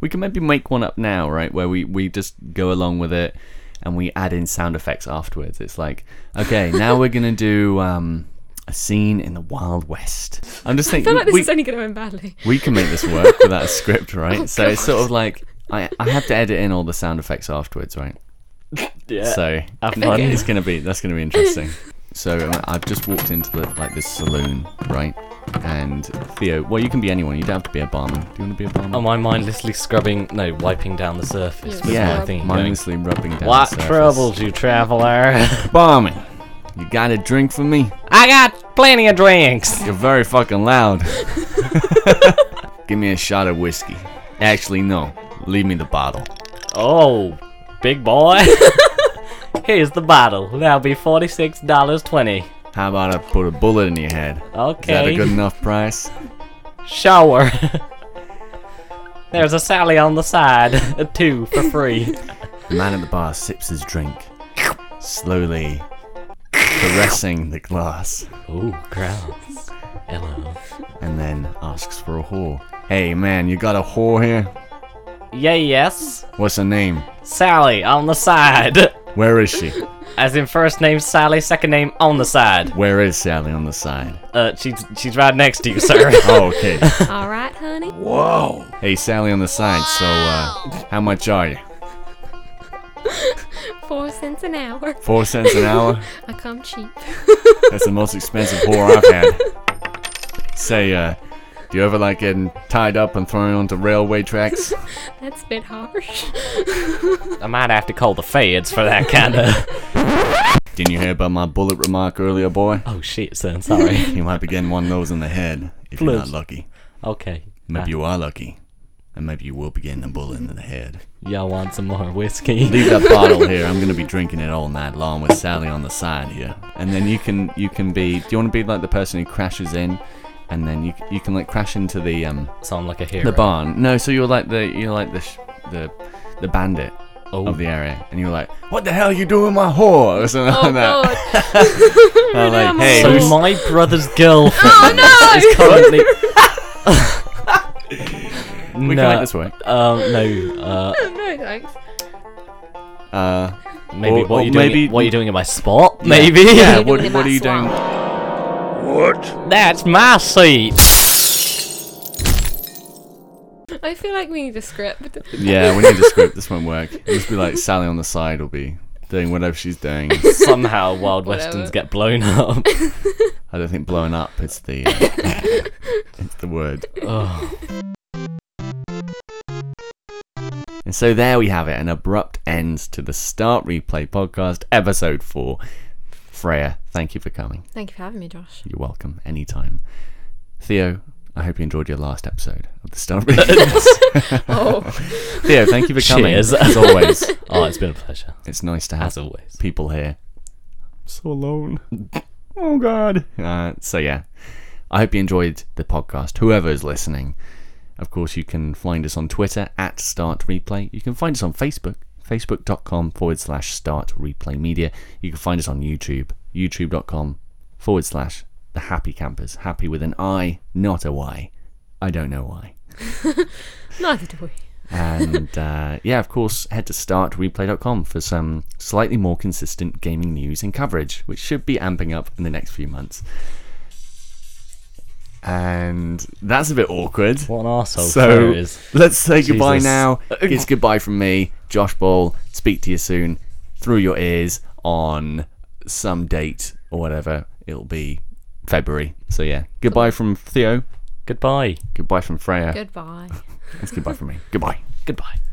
[SPEAKER 4] we can maybe make one up now, right? Where we we just go along with it and we add in sound effects afterwards. It's like, okay, now we're gonna do um, a scene in the Wild West. I'm just
[SPEAKER 5] I
[SPEAKER 4] thinking
[SPEAKER 5] feel like this
[SPEAKER 4] we,
[SPEAKER 5] is only going to end badly.
[SPEAKER 4] we can make this work without a script, right? so it's sort of like I, I have to edit in all the sound effects afterwards, right?
[SPEAKER 6] Yeah.
[SPEAKER 4] So
[SPEAKER 6] Have fun.
[SPEAKER 4] it's gonna be that's gonna be interesting. so um, I've just walked into the like this saloon, right? And Theo, well, you can be anyone. You don't have to be a barman. Do you want to be a barman?
[SPEAKER 6] Am I mindlessly scrubbing? No, wiping down the
[SPEAKER 5] Yeah.
[SPEAKER 6] surface. with
[SPEAKER 4] yeah,
[SPEAKER 6] Oh, my thing going,
[SPEAKER 4] mindlessly rubbing down. the
[SPEAKER 6] What
[SPEAKER 4] surface.
[SPEAKER 6] troubles you, traveler?
[SPEAKER 4] barman? You got a drink for me?
[SPEAKER 6] I got plenty of drinks.
[SPEAKER 4] You're very fucking loud. Give me a shot of whiskey. Actually, no. Leave me the bottle.
[SPEAKER 6] Oh, big boy. Here's the bottle. That'll be forty-six dollars twenty.
[SPEAKER 4] How about I put a bullet in your head? Is that a
[SPEAKER 6] Okay.
[SPEAKER 4] good enough price?
[SPEAKER 6] Shower. There's a Sally on the side. A two for free.
[SPEAKER 4] The man at the bar sips his drink, slowly caressing the glass,
[SPEAKER 6] Ooh, grounds. Hello.
[SPEAKER 4] and then asks for a whore. Hey man, you got a whore here?
[SPEAKER 6] Yeah, yes.
[SPEAKER 4] What's her name?
[SPEAKER 6] Sally on the side.
[SPEAKER 4] Where is she?
[SPEAKER 6] As in first name Sally, second name on the side.
[SPEAKER 4] Where is Sally on the side?
[SPEAKER 6] Uh, she's she's right next to you, sir.
[SPEAKER 4] Oh, okay.
[SPEAKER 5] all right, honey.
[SPEAKER 4] Hey Sally on the side, so uh, how much are you?
[SPEAKER 5] Four cents an hour.
[SPEAKER 4] Four cents an hour?
[SPEAKER 5] I come cheap.
[SPEAKER 4] That's the most expensive whore I've had. Say, uh, Do you ever like getting tied up and thrown onto railway tracks?
[SPEAKER 5] That's a bit harsh.
[SPEAKER 6] I might have to call the feds for that kind of.
[SPEAKER 4] Didn't you hear about my bullet remark earlier, boy?
[SPEAKER 6] oh shit, son. Sorry.
[SPEAKER 4] You might be getting one of those in the head if you're not
[SPEAKER 6] Please.
[SPEAKER 4] lucky.
[SPEAKER 6] Okay.
[SPEAKER 4] Maybe you are lucky. And maybe you will be getting a bullet in the head.
[SPEAKER 6] Y'all want some more whiskey?
[SPEAKER 4] Leave that bottle here. I'm gonna be drinking it all night long with Sally on the side here. And then you can you can be. Do you want to be like the person who crashes in, and then you you can like crash into the um
[SPEAKER 6] So I'm like a hero.
[SPEAKER 4] the barn? No, so you're like the you're like the sh- the the bandit
[SPEAKER 6] Oh.
[SPEAKER 4] of the area, and you're like, what the hell you doing with my whore or something
[SPEAKER 5] Oh
[SPEAKER 4] like that.
[SPEAKER 5] god.
[SPEAKER 4] And I'm like,
[SPEAKER 5] I'm a
[SPEAKER 4] hey,
[SPEAKER 5] whore."
[SPEAKER 4] who's
[SPEAKER 6] So my brother's girlfriend is
[SPEAKER 5] Oh
[SPEAKER 6] currently.
[SPEAKER 4] we can
[SPEAKER 6] No.
[SPEAKER 4] make this work.
[SPEAKER 6] Um, no. Uh,
[SPEAKER 5] no! no thanks.
[SPEAKER 4] Uh,
[SPEAKER 6] maybe
[SPEAKER 4] Or-
[SPEAKER 6] what
[SPEAKER 4] or
[SPEAKER 6] you doing?
[SPEAKER 4] maybe-
[SPEAKER 6] What you doing in my spot? Maybe.
[SPEAKER 4] yeah.
[SPEAKER 5] You're
[SPEAKER 4] What
[SPEAKER 5] doing
[SPEAKER 4] what
[SPEAKER 5] my
[SPEAKER 4] are you doing?
[SPEAKER 6] That's my seat.
[SPEAKER 5] I feel like we need a script.
[SPEAKER 4] Yeah, we need a script. This won't work. It'll just be like Sally on the side will be doing whatever she's doing.
[SPEAKER 6] Somehow wild
[SPEAKER 5] Whatever.
[SPEAKER 6] westerns get blown up.
[SPEAKER 4] I don't think blowing up is the uh, it's the word.
[SPEAKER 6] oh,
[SPEAKER 4] And so there we have it, an abrupt end to the Start Replay podcast, episode four. Freya, thank you for coming.
[SPEAKER 5] Thank you for having me, Josh.
[SPEAKER 4] You're welcome anytime. Theo, I hope you enjoyed your last episode of the Start Replay.
[SPEAKER 5] Oh,
[SPEAKER 4] Theo, thank you for coming.
[SPEAKER 6] Cheers.
[SPEAKER 4] As always,
[SPEAKER 6] oh, it's been a pleasure
[SPEAKER 4] it's nice to have
[SPEAKER 6] as always.
[SPEAKER 4] people here. So alone. oh God. Uh, so yeah, I hope you enjoyed the podcast. Whoever is listening, of course, you can find us on Twitter at Start Replay. You can find us on Facebook, facebook.com forward slash Start Replay Media. You can find us on YouTube, youtube.com forward slash The Happy Campers. Happy with an I, not a Y. I don't know why.
[SPEAKER 5] neither do we.
[SPEAKER 4] and uh, yeah, of course, head to startreplay.com for some slightly more consistent gaming news and coverage, which should be amping up in the next few months. And that's a bit awkward.
[SPEAKER 6] What an arsehole Claire
[SPEAKER 4] So
[SPEAKER 6] is.
[SPEAKER 4] let's say goodbye
[SPEAKER 6] Jesus.
[SPEAKER 4] now. It's goodbye from me, Josh Ball. Speak to you soon through your ears on some date or whatever. It'll be February. So yeah, goodbye from Theo.
[SPEAKER 6] Goodbye.
[SPEAKER 4] Goodbye from Freya.
[SPEAKER 5] Goodbye.
[SPEAKER 4] It's goodbye from me. Goodbye.
[SPEAKER 6] Goodbye.